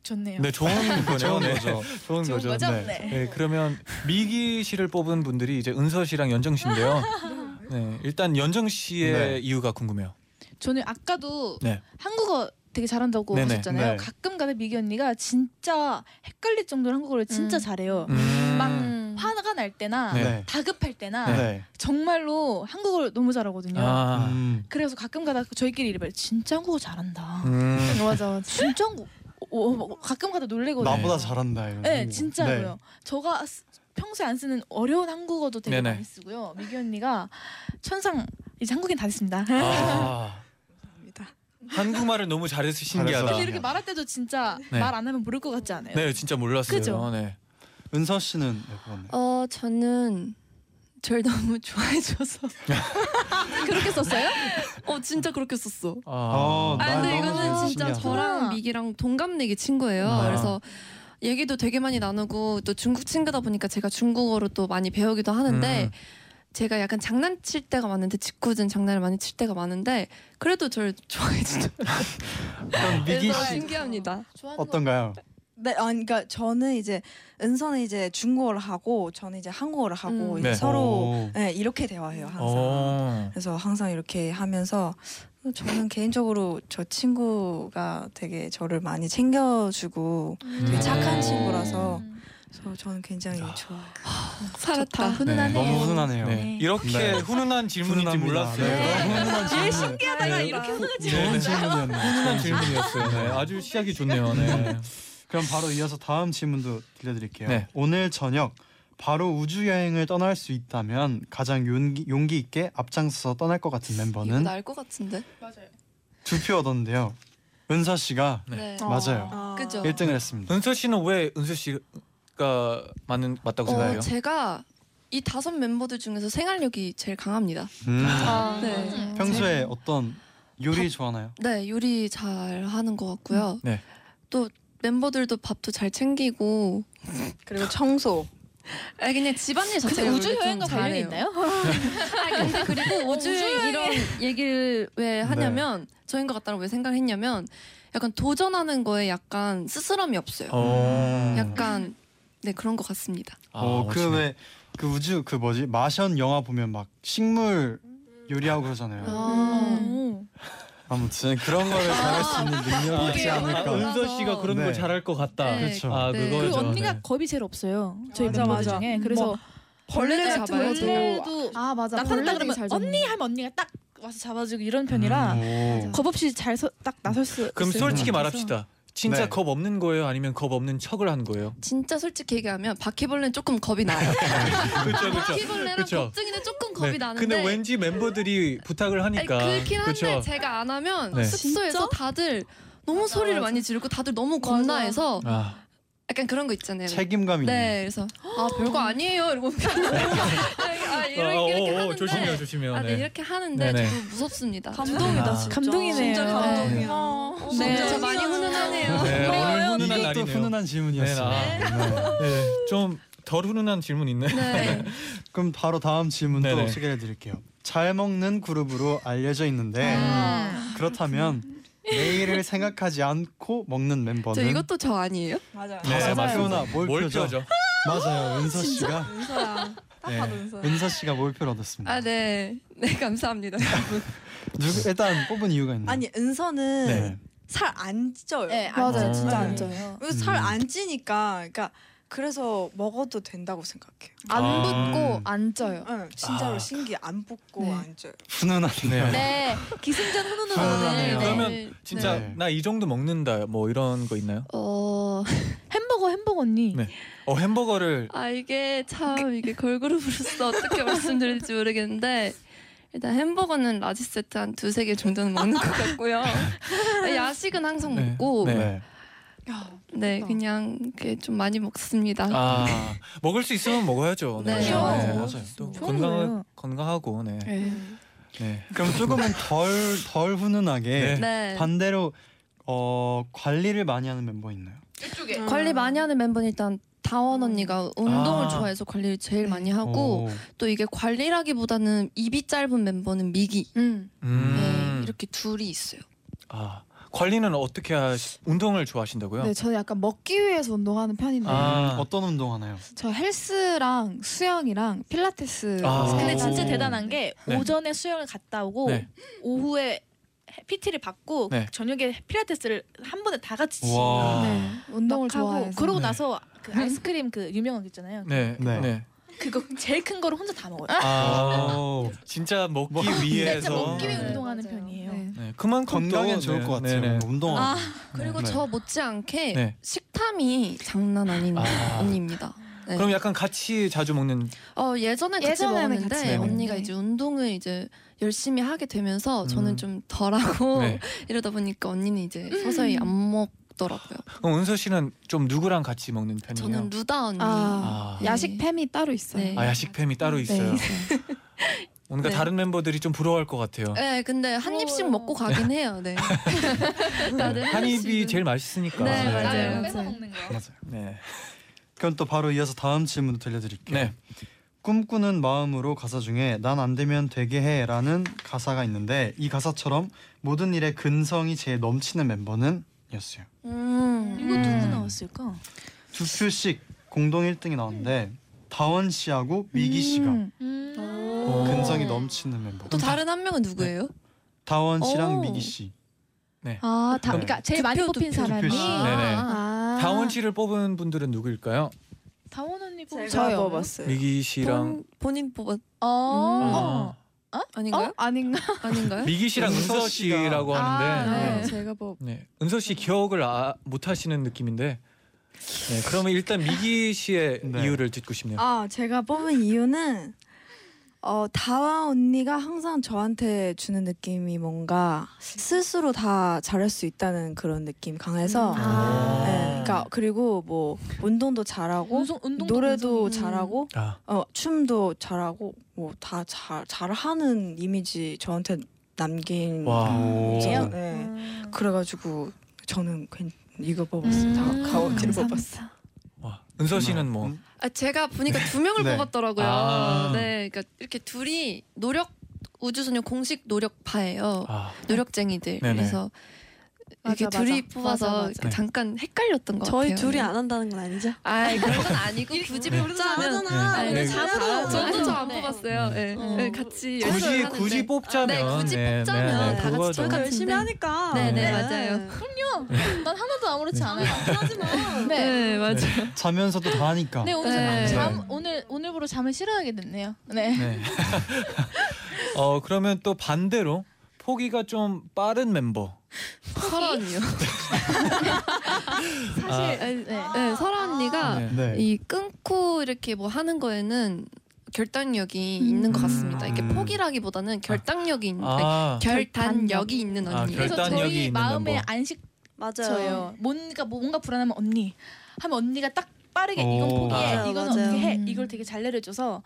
[SPEAKER 7] 좋네요.
[SPEAKER 3] 네 좋은 거네요.
[SPEAKER 2] 좋은
[SPEAKER 3] 네.
[SPEAKER 2] 거죠.
[SPEAKER 3] 좋은
[SPEAKER 7] 좋은
[SPEAKER 3] 거죠.
[SPEAKER 7] 거죠?
[SPEAKER 2] 네.
[SPEAKER 7] 네.
[SPEAKER 3] 네 그러면 미기 씨를 뽑은 분들이 이제 은서 씨랑 연정 씨인데요. 네 일단 연정 씨의
[SPEAKER 2] 네.
[SPEAKER 3] 이유가 궁금해요.
[SPEAKER 7] 저는 아까도
[SPEAKER 3] 네.
[SPEAKER 7] 한국어 되게 잘한다고
[SPEAKER 3] 네네.
[SPEAKER 7] 하셨잖아요.
[SPEAKER 2] 네.
[SPEAKER 7] 가끔 가다 미기 언니가 진짜 헷갈릴 정도로 한국어를 진짜
[SPEAKER 10] 음.
[SPEAKER 7] 잘해요.
[SPEAKER 3] 음.
[SPEAKER 7] 화가 날 때나
[SPEAKER 3] 네.
[SPEAKER 2] 네.
[SPEAKER 7] 다급할 때나
[SPEAKER 2] 네.
[SPEAKER 7] 정말로 한국어를 너무 잘하거든요.
[SPEAKER 3] 아.
[SPEAKER 2] 음.
[SPEAKER 7] 그래서 가끔 가다 저희끼리 이래 봐요. 진짜 한국어 잘한다.
[SPEAKER 3] 음.
[SPEAKER 7] 맞아, 맞아. 진짜 한국 어, 어, 어, 가끔 가다
[SPEAKER 3] 네.
[SPEAKER 7] 놀래거든요.
[SPEAKER 2] 나보다 잘한다 이런.
[SPEAKER 7] 네,
[SPEAKER 2] 거.
[SPEAKER 7] 진짜로요. 저가 쓰- 평소에 안 쓰는 어려운 한국어도 되게
[SPEAKER 3] 네네.
[SPEAKER 7] 많이 쓰고요. 미기 언니가 천상 이제 한국인 다 됐습니다.
[SPEAKER 3] 아. 한국말을 너무 잘해서 신기하다.
[SPEAKER 2] 잘했어요.
[SPEAKER 7] 근데 이렇게 말할 때도 진짜
[SPEAKER 3] 네.
[SPEAKER 7] 말 안 하면 모를 것 같지 않아요?
[SPEAKER 3] 네 진짜 몰랐어요.
[SPEAKER 7] 그죠?
[SPEAKER 3] 네.
[SPEAKER 2] 은서 씨는 왜 뽑았나요?
[SPEAKER 10] 어 저는 절 너무 좋아해 줘서
[SPEAKER 7] 그렇게 썼어요?
[SPEAKER 10] 어 진짜 그렇게 썼어.
[SPEAKER 2] 아,
[SPEAKER 10] 아
[SPEAKER 2] 나
[SPEAKER 10] 근데
[SPEAKER 2] 너무
[SPEAKER 10] 이거는
[SPEAKER 2] 너무
[SPEAKER 10] 진짜
[SPEAKER 2] 신기하다.
[SPEAKER 7] 아.
[SPEAKER 10] 저랑 미기랑 동갑내기 친구예요.
[SPEAKER 3] 아.
[SPEAKER 10] 그래서 얘기도 되게 많이 나누고 또 중국 친구다 보니까 제가 중국어로 또 많이 배우기도 하는데
[SPEAKER 3] 음.
[SPEAKER 10] 제가 약간 장난칠 때가 많은데 짓궂은 장난을 많이 칠 때가 많은데 그래도 저를 좋아해 주죠.
[SPEAKER 2] 그럼 미기
[SPEAKER 10] 그래서
[SPEAKER 2] 씨
[SPEAKER 10] 신기합니다.
[SPEAKER 7] 좋아하는 거
[SPEAKER 2] 어떤가요?
[SPEAKER 4] 네, 아, 그러니까 저는 이제 은서는 이제 중국어를 하고 저는 이제 한국어를 하고
[SPEAKER 10] 음.
[SPEAKER 4] 이제
[SPEAKER 3] 네.
[SPEAKER 4] 서로
[SPEAKER 2] 오.
[SPEAKER 4] 네, 이렇게 대화해요 항상.
[SPEAKER 3] 어.
[SPEAKER 4] 그래서 항상 이렇게 하면서 저는 개인적으로 저 친구가 되게 저를 많이 챙겨주고
[SPEAKER 3] 음.
[SPEAKER 2] 네.
[SPEAKER 4] 되게 착한 친구라서
[SPEAKER 7] 음.
[SPEAKER 4] 그래서 저는 굉장히 좋아요.
[SPEAKER 10] 살았다.
[SPEAKER 4] 좋다.
[SPEAKER 10] 훈훈하네요.
[SPEAKER 2] 너무 훈훈하네요.
[SPEAKER 3] 네. 이렇게
[SPEAKER 2] 네.
[SPEAKER 3] 훈훈한 질문인지
[SPEAKER 2] 훈훈합니다.
[SPEAKER 3] 몰랐어요.
[SPEAKER 2] 네. 너무 훈훈한
[SPEAKER 7] 제일
[SPEAKER 2] 질문.
[SPEAKER 7] 신기하다가
[SPEAKER 2] 네.
[SPEAKER 7] 이렇게 훈훈한
[SPEAKER 2] 좋은
[SPEAKER 7] 질문이었어요.
[SPEAKER 2] 질문이었네요.
[SPEAKER 3] 훈훈한 질문이었어요. 네, 아주 시작이 좋네요. 네.
[SPEAKER 2] 그럼 바로 이어서 다음 질문도 들려드릴게요.
[SPEAKER 3] 네.
[SPEAKER 2] 오늘 저녁 바로 우주 여행을 떠날 수 있다면 가장 용기, 용기 있게 앞장서서 떠날 것 같은
[SPEAKER 10] 이거
[SPEAKER 2] 멤버는
[SPEAKER 10] 나알것 같은데.
[SPEAKER 7] 맞아요.
[SPEAKER 2] 두 표 얻었는데요. 은서 씨가
[SPEAKER 10] 네.
[SPEAKER 7] 어.
[SPEAKER 2] 맞아요.
[SPEAKER 6] 아.
[SPEAKER 10] 그죠.
[SPEAKER 2] 1등을 했습니다.
[SPEAKER 3] 은서 씨는 왜 은서 씨가 맞는 맞다고 생각해요?
[SPEAKER 10] 어, 제가 이 다섯 멤버들 중에서 생활력이 제일 강합니다.
[SPEAKER 2] 음.
[SPEAKER 7] 아,
[SPEAKER 10] 네.
[SPEAKER 7] 맞아요.
[SPEAKER 2] 평소에 어떤 요리 좋아하나요?
[SPEAKER 10] 네 요리 잘 하는 것 같고요.
[SPEAKER 3] 네.
[SPEAKER 10] 또 멤버들도 밥도 잘 챙기고
[SPEAKER 4] 그리고 청소.
[SPEAKER 10] 아 그냥 집안일
[SPEAKER 7] 근데
[SPEAKER 10] 자체가
[SPEAKER 7] 우주
[SPEAKER 10] 원래 좀
[SPEAKER 7] 여행과 관련이
[SPEAKER 10] 잘해요.
[SPEAKER 7] 있나요? 어,
[SPEAKER 10] 아 근데 그리고 우주 여행 이런 얘기를 왜 하냐면 저인 것 같다고 왜 생각했냐면 약간 도전하는 거에 약간 스스럼이 없어요.
[SPEAKER 3] 어.
[SPEAKER 10] 약간 네 그런 것 같습니다.
[SPEAKER 3] 아,
[SPEAKER 2] 어그
[SPEAKER 3] 멋지네.
[SPEAKER 2] 왜 그 우주 그 뭐지 마션 영화 보면 막 식물 요리하고 그러잖아요.
[SPEAKER 4] 어.
[SPEAKER 10] 어. 음.
[SPEAKER 7] 어.
[SPEAKER 3] 네,
[SPEAKER 2] 아무튼 그런 거를 잘할 수 있는 능력이 있지
[SPEAKER 7] 그러게요.
[SPEAKER 3] 아,
[SPEAKER 2] 않을까.
[SPEAKER 3] 은서 씨가 그런
[SPEAKER 2] 네.
[SPEAKER 3] 걸 잘할 것 같다.
[SPEAKER 10] 네.
[SPEAKER 2] 그렇죠.
[SPEAKER 3] 아
[SPEAKER 10] 네.
[SPEAKER 3] 그거죠.
[SPEAKER 7] 그리고 언니가
[SPEAKER 3] 네.
[SPEAKER 7] 겁이 제일 없어요. 저희
[SPEAKER 4] 맞아,
[SPEAKER 7] 멤버들
[SPEAKER 4] 맞아.
[SPEAKER 7] 중에. 그래서
[SPEAKER 10] 벌레도
[SPEAKER 7] 벌레 같은
[SPEAKER 10] 잡아요, 제가.
[SPEAKER 7] 벌레도
[SPEAKER 11] 아 맞아.
[SPEAKER 7] 나타났다
[SPEAKER 11] 벌레들이
[SPEAKER 7] 그러면
[SPEAKER 11] 잘 잡는
[SPEAKER 7] 언니 하면 언니가 딱 와서 잡아주고 이런 편이라
[SPEAKER 4] 음.
[SPEAKER 2] 오.
[SPEAKER 7] 겁 없이 잘 딱 나설 수.
[SPEAKER 3] 음. 그럼
[SPEAKER 7] 있을
[SPEAKER 3] 솔직히
[SPEAKER 7] 것 같아서.
[SPEAKER 3] 말합시다. 진짜
[SPEAKER 2] 네.
[SPEAKER 3] 겁 없는 거예요? 아니면 겁 없는 척을 한 거예요?
[SPEAKER 10] 진짜 솔직히 얘기하면 바퀴벌레는 조금 겁이 나요. 아,
[SPEAKER 3] 그렇죠, 그렇죠.
[SPEAKER 10] 바퀴벌레랑
[SPEAKER 3] 그쵸.
[SPEAKER 10] 겁쟁이는 조금 겁이
[SPEAKER 3] 네.
[SPEAKER 10] 나는데.
[SPEAKER 3] 근데 왠지 멤버들이 부탁을
[SPEAKER 10] 아니,
[SPEAKER 3] 하니까
[SPEAKER 10] 그렇긴 한데
[SPEAKER 3] 그쵸?
[SPEAKER 10] 제가 안 하면
[SPEAKER 3] 네.
[SPEAKER 10] 숙소에서 다들 너무 소리를 많이 지르고 다들 너무 겁나해서
[SPEAKER 3] 아,
[SPEAKER 10] 약간 그런 거 있잖아요.
[SPEAKER 2] 책임감이 있는.
[SPEAKER 10] 네, 그래서 아 별거 아니에요 이러고 아, 이렇게,
[SPEAKER 3] 아, 어,
[SPEAKER 10] 이렇게
[SPEAKER 3] 어, 어,
[SPEAKER 10] 하는데
[SPEAKER 3] 조심해요, 조심해요.
[SPEAKER 10] 아, 네,
[SPEAKER 3] 네.
[SPEAKER 10] 이렇게 하는데
[SPEAKER 3] 네네.
[SPEAKER 10] 저도 무섭습니다.
[SPEAKER 4] 음,
[SPEAKER 6] 감동이다
[SPEAKER 3] 아.
[SPEAKER 6] 진짜.
[SPEAKER 7] 감동이네요.
[SPEAKER 6] 진짜 감동이야. 어,
[SPEAKER 10] 네,
[SPEAKER 6] 진짜
[SPEAKER 10] 진짜 많이 훈훈하네요.
[SPEAKER 3] 네, 오늘 훈훈한
[SPEAKER 2] 이것도
[SPEAKER 3] 날이네요.
[SPEAKER 2] 훈훈한 질문이었어요.
[SPEAKER 3] 네, 네, 좀덜 훈훈한 질문 있네.
[SPEAKER 10] 네.
[SPEAKER 2] 그럼 바로 다음 질문도
[SPEAKER 3] 네네.
[SPEAKER 2] 소개해 드릴게요. 잘 먹는 그룹으로 알려져 있는데
[SPEAKER 4] 아.
[SPEAKER 2] 그렇다면 내일을 생각하지 않고 먹는
[SPEAKER 10] 저
[SPEAKER 2] 멤버는
[SPEAKER 10] 이것도 저 아니에요?
[SPEAKER 4] 맞아요.
[SPEAKER 3] 네,
[SPEAKER 2] 다섯
[SPEAKER 3] 맞습니다.
[SPEAKER 2] 표나 몰표죠.
[SPEAKER 3] 뭘 펴죠?
[SPEAKER 2] 맞아요. 은서 씨가
[SPEAKER 4] 은서야. 딱
[SPEAKER 3] 네.
[SPEAKER 4] 봐도 은서.
[SPEAKER 2] 은서 씨가 몰표를 얻었습니다.
[SPEAKER 10] 아 네, 네 감사합니다. 여러분.
[SPEAKER 2] 누구 일단 뽑은 이유가 있나요?
[SPEAKER 4] 아니 은서는
[SPEAKER 2] 네.
[SPEAKER 4] 살 안 쪄요.
[SPEAKER 7] 네, 안
[SPEAKER 11] 맞아요.
[SPEAKER 7] 쪄요.
[SPEAKER 11] 진짜 안
[SPEAKER 7] 네.
[SPEAKER 11] 쪄요.
[SPEAKER 2] 음.
[SPEAKER 4] 살안 찌니까 그러니까 그래서 먹어도 된다고 생각해요.
[SPEAKER 11] 안
[SPEAKER 3] 아.
[SPEAKER 11] 붙고 안 쪄요.
[SPEAKER 4] 응, 진짜로
[SPEAKER 3] 아.
[SPEAKER 4] 신기 안 붓고
[SPEAKER 10] 네.
[SPEAKER 4] 안 쪄요.
[SPEAKER 2] 훈훈하네요.
[SPEAKER 7] 네, 기승전 훈훈은
[SPEAKER 2] 아, 네.
[SPEAKER 7] 오늘
[SPEAKER 3] 그러면 진짜
[SPEAKER 2] 네.
[SPEAKER 3] 나 이 정도 먹는다 뭐 이런 거 있나요?
[SPEAKER 10] 어,
[SPEAKER 7] 햄버거 햄버거 언니.
[SPEAKER 3] 네. 어 햄버거를
[SPEAKER 10] 아 이게 참 이게 걸그룹으로서 어떻게 말씀드릴지 모르겠는데 일단 햄버거는 라지 세트 한 두세 개 정도는 먹는 것 같고요. 야식은 항상
[SPEAKER 3] 네.
[SPEAKER 10] 먹고 네,
[SPEAKER 2] 네.
[SPEAKER 4] 야,
[SPEAKER 11] 그렇죠.
[SPEAKER 10] 그냥 이렇게 좀 많이 먹습니다.
[SPEAKER 3] 아 먹을 수 있으면 먹어야죠.
[SPEAKER 10] 네.
[SPEAKER 7] 귀여워.
[SPEAKER 3] 맞아요. 또
[SPEAKER 7] 좋은
[SPEAKER 3] 건강
[SPEAKER 7] 거예요.
[SPEAKER 3] 건강하고 네.
[SPEAKER 10] 네.
[SPEAKER 3] 네.
[SPEAKER 2] 그럼 조금은 덜 덜 훈훈하게
[SPEAKER 10] 네.
[SPEAKER 2] 반대로 어 관리를 많이 하는 멤버 있나요?
[SPEAKER 11] 네.
[SPEAKER 7] 이쪽에.
[SPEAKER 10] 관리 많이 하는 멤버는 일단 다원 언니가 운동을
[SPEAKER 3] 아.
[SPEAKER 10] 좋아해서 관리를
[SPEAKER 11] 네.
[SPEAKER 10] 제일 많이 하고
[SPEAKER 2] 오.
[SPEAKER 10] 또 이게 관리라기보다는 입이 짧은 멤버는 미기
[SPEAKER 11] 음.
[SPEAKER 10] 네,
[SPEAKER 3] 음.
[SPEAKER 10] 이렇게 둘이 있어요.
[SPEAKER 3] 아 관리는 어떻게 하시? 운동을 좋아하신다고요?
[SPEAKER 11] 네, 저는 약간 먹기 위해서 운동하는 편인데
[SPEAKER 3] 아.
[SPEAKER 2] 음, 어떤 운동 하나요?
[SPEAKER 11] 저 헬스랑 수영이랑 필라테스.
[SPEAKER 3] 아.
[SPEAKER 11] 세
[SPEAKER 7] 근데
[SPEAKER 11] 가지.
[SPEAKER 7] 진짜
[SPEAKER 3] 오.
[SPEAKER 7] 대단한 게
[SPEAKER 3] 네.
[SPEAKER 7] 오전에 수영을 갔다 오고
[SPEAKER 3] 네.
[SPEAKER 7] 오후에 PT를 받고
[SPEAKER 3] 네.
[SPEAKER 7] 저녁에 필라테스를 한 번에 다 같이
[SPEAKER 3] 와.
[SPEAKER 11] 네, 운동을
[SPEAKER 7] 막 하고
[SPEAKER 11] 좋아해서.
[SPEAKER 7] 그러고
[SPEAKER 3] 네.
[SPEAKER 7] 나서 그 아이스크림 그 유명한 거 있잖아요.
[SPEAKER 3] 네.
[SPEAKER 2] 네.
[SPEAKER 3] 네.
[SPEAKER 7] 그거 제일 큰 거를 혼자 다 먹어요.
[SPEAKER 3] 아 진짜 먹기
[SPEAKER 7] 진짜
[SPEAKER 3] 위해서.
[SPEAKER 7] 먹기 위해
[SPEAKER 3] 네.
[SPEAKER 7] 운동하는
[SPEAKER 11] 맞아요.
[SPEAKER 7] 편이에요.
[SPEAKER 11] 네.
[SPEAKER 3] 네. 그만큼
[SPEAKER 2] 건강엔
[SPEAKER 3] 또,
[SPEAKER 2] 좋을
[SPEAKER 3] 네.
[SPEAKER 2] 것 같아요.
[SPEAKER 3] 네, 네.
[SPEAKER 2] 운동.
[SPEAKER 10] 아,
[SPEAKER 2] 하
[SPEAKER 10] 그리고
[SPEAKER 3] 네.
[SPEAKER 10] 저 못지않게
[SPEAKER 3] 네.
[SPEAKER 10] 식탐이 장난 아닌
[SPEAKER 3] 아.
[SPEAKER 10] 언니입니다. 네.
[SPEAKER 3] 그럼 약간 같이 자주 먹는
[SPEAKER 10] 어 예전에 같이
[SPEAKER 11] 예전에는
[SPEAKER 10] 먹었는데
[SPEAKER 11] 같이
[SPEAKER 3] 먹었는데.
[SPEAKER 10] 언니가 이제 운동을 이제 열심히 하게 되면서 저는
[SPEAKER 3] 음.
[SPEAKER 10] 좀
[SPEAKER 7] 어.
[SPEAKER 10] 덜하고
[SPEAKER 3] 네.
[SPEAKER 10] 이러다 보니까 언니는 이제 서서히 안 먹더라고요.
[SPEAKER 3] 그럼 은서 씨는 좀 누구랑 같이 먹는 편이에요?
[SPEAKER 10] 저는 루다 언니.
[SPEAKER 11] 아,
[SPEAKER 3] 아.
[SPEAKER 11] 야식 팸이 따로 있어요.
[SPEAKER 10] 네.
[SPEAKER 3] 아 야식팸이 따로 있어요. 뭔가
[SPEAKER 10] 네.
[SPEAKER 3] 다른 멤버들이 좀 부러워할 것 같아요.
[SPEAKER 10] 네, 근데 한 입씩 먹고 가긴 해요. 네. 다들 한
[SPEAKER 3] 한 입이
[SPEAKER 10] 입씩은.
[SPEAKER 3] 제일 맛있으니까.
[SPEAKER 10] 네,
[SPEAKER 3] 네.
[SPEAKER 10] 맞아요.
[SPEAKER 7] 나를
[SPEAKER 11] 맞아요.
[SPEAKER 7] 먹는 거.
[SPEAKER 2] 맞아요.
[SPEAKER 3] 네.
[SPEAKER 2] 그럼 또 바로 이어서 다음 질문도 들려드릴게요.
[SPEAKER 3] 네.
[SPEAKER 2] 꿈꾸는 마음으로 가사 중에 난 안 되면 되게 해라는 가사가 있는데 이 가사처럼 모든 일에 근성이 제일 넘치는 멤버는 였어요.
[SPEAKER 10] 음.
[SPEAKER 7] 이거 누구
[SPEAKER 3] 음.
[SPEAKER 7] 나왔을까?
[SPEAKER 2] 두 표씩 공동 1등이 나왔는데 다원 씨하고 미기 씨가
[SPEAKER 11] 음.
[SPEAKER 2] 아.
[SPEAKER 3] 오.
[SPEAKER 2] 근성이 넘치는 멤버.
[SPEAKER 10] 또 다른 한 명은 누구예요?
[SPEAKER 2] 다원 씨랑
[SPEAKER 10] 오.
[SPEAKER 2] 미기 씨.
[SPEAKER 11] 아,
[SPEAKER 2] 음.
[SPEAKER 11] 다,
[SPEAKER 3] 네.
[SPEAKER 11] 그러니까 제일
[SPEAKER 10] 두
[SPEAKER 11] 많이
[SPEAKER 10] 표, 두
[SPEAKER 11] 뽑힌
[SPEAKER 10] 표, 두
[SPEAKER 11] 사람이.
[SPEAKER 2] 표씩.
[SPEAKER 3] 네네.
[SPEAKER 11] 아.
[SPEAKER 3] 다원 씨를 뽑은 분들은 누구일까요?
[SPEAKER 7] 다원 언니 뽑
[SPEAKER 4] 제가
[SPEAKER 11] 저요.
[SPEAKER 4] 뽑았어요. 네.
[SPEAKER 3] 미기 씨랑
[SPEAKER 10] 본인 뽑았 음?
[SPEAKER 7] 어.
[SPEAKER 3] 아.
[SPEAKER 10] 아닌가요?
[SPEAKER 4] 어?
[SPEAKER 11] 아닌가?
[SPEAKER 10] 아닌가요?
[SPEAKER 3] 미기 씨랑 은서
[SPEAKER 2] 은서 씨가.
[SPEAKER 3] 씨라고
[SPEAKER 7] 아,
[SPEAKER 3] 하는데
[SPEAKER 10] 네.
[SPEAKER 11] 네. 제가 뭐
[SPEAKER 3] 네. 은서 씨 기억을 아, 못 하시는 느낌인데. 네, 그러면 일단 미기 씨의
[SPEAKER 2] 네.
[SPEAKER 3] 이유를 듣고 싶네요.
[SPEAKER 4] 아 제가 뽑은 이유는 어 다와 언니가 항상 저한테 주는 느낌이 뭔가 스스로 다 잘할 수 있다는 그런 느낌 강해서
[SPEAKER 7] 음.
[SPEAKER 3] 아.
[SPEAKER 4] 네, 그러니까 그리고 뭐 운동도 잘하고
[SPEAKER 7] 운동 운동도 음.
[SPEAKER 4] 노래도
[SPEAKER 7] 운동.
[SPEAKER 4] 잘하고
[SPEAKER 3] 아.
[SPEAKER 4] 어 춤도 잘하고 뭐 다 잘 잘하는 이미지 저한테 남긴
[SPEAKER 3] 와.
[SPEAKER 4] 거죠.
[SPEAKER 2] 오.
[SPEAKER 4] 네.
[SPEAKER 7] 음.
[SPEAKER 4] 그래가지고 저는 괜- 이거
[SPEAKER 11] 네.
[SPEAKER 4] 뽑았어요.
[SPEAKER 7] 음,
[SPEAKER 4] 다 가오티를
[SPEAKER 7] 감사합니다.
[SPEAKER 4] 뽑았어요.
[SPEAKER 3] 와. 은서 씨는 뭐
[SPEAKER 2] 음,
[SPEAKER 10] 아, 제가 보니까 두 명을
[SPEAKER 2] 네.
[SPEAKER 10] 뽑았더라고요.
[SPEAKER 3] 아.
[SPEAKER 10] 네, 그러니까 이렇게 둘이 노력 우주소녀 공식 노력파예요.
[SPEAKER 3] 아.
[SPEAKER 10] 노력쟁이들.
[SPEAKER 3] 네네.
[SPEAKER 10] 그래서 이렇게
[SPEAKER 7] 맞아,
[SPEAKER 10] 둘이
[SPEAKER 7] 맞아.
[SPEAKER 10] 뽑아서
[SPEAKER 7] 맞아,
[SPEAKER 3] 네.
[SPEAKER 10] 잠깐 헷갈렸던 것
[SPEAKER 6] 저희
[SPEAKER 10] 같아요. 네.
[SPEAKER 6] 둘이 안 한다는 건 아니죠?
[SPEAKER 10] 아, 그런 건 아니고 굳이
[SPEAKER 3] 네.
[SPEAKER 10] 뽑자면
[SPEAKER 3] 아,
[SPEAKER 10] 네.
[SPEAKER 3] 네.
[SPEAKER 10] 저도
[SPEAKER 6] 잘하죠.
[SPEAKER 10] 저안
[SPEAKER 7] 네.
[SPEAKER 10] 뽑았어요. 네.
[SPEAKER 6] 어.
[SPEAKER 10] 네, 같이 열심히
[SPEAKER 3] 음. 굳이
[SPEAKER 10] 하는데.
[SPEAKER 3] 굳이 뽑자면
[SPEAKER 10] 네, 굳이 뽑자면 다 같이
[SPEAKER 3] 그거죠.
[SPEAKER 10] 저희가
[SPEAKER 6] 저희도 열심히
[SPEAKER 10] 같은데.
[SPEAKER 6] 하니까.
[SPEAKER 10] 네, 네, 맞아요.
[SPEAKER 7] 그럼요. 난 하나도 아무렇지
[SPEAKER 3] 네.
[SPEAKER 7] 않아요.
[SPEAKER 6] 하지 마.
[SPEAKER 7] 네.
[SPEAKER 10] 네, 맞아요.
[SPEAKER 2] 자면서도 다 하니까.
[SPEAKER 7] 네 오늘
[SPEAKER 10] 네.
[SPEAKER 7] 잠 오늘 오늘부로 잠을 싫어하게 됐네요. 네.
[SPEAKER 3] 네. 어 그러면 또 반대로 포기가 좀 빠른 멤버.
[SPEAKER 10] 설언이요.
[SPEAKER 7] 사실 네.
[SPEAKER 10] 네, 설아 언니가
[SPEAKER 3] 네.
[SPEAKER 2] 네.
[SPEAKER 10] 이 끊고 이렇게 뭐 하는 거에는 결단력이
[SPEAKER 7] 음.
[SPEAKER 10] 있는 것 같습니다. 이렇게
[SPEAKER 2] 음.
[SPEAKER 10] 포기라기보다는 결단력이 있는 음, 아니,
[SPEAKER 3] 아
[SPEAKER 10] 결단력이 있는
[SPEAKER 3] 아,
[SPEAKER 10] 언니.
[SPEAKER 7] 그래서
[SPEAKER 3] 결단력이
[SPEAKER 7] 저희
[SPEAKER 3] 있는
[SPEAKER 7] 마음에
[SPEAKER 3] 멤버.
[SPEAKER 6] 맞아요.
[SPEAKER 7] 안식쳐요. 뭔가 뭐, 뭔가 불안하면 언니 하면 언니가 딱 빠르게
[SPEAKER 2] 오.
[SPEAKER 7] 이건 포기해,
[SPEAKER 6] 맞아요,
[SPEAKER 7] 이건
[SPEAKER 6] 맞아요.
[SPEAKER 7] 어떻게 해,
[SPEAKER 11] 음.
[SPEAKER 7] 이걸 되게 잘 내려줘서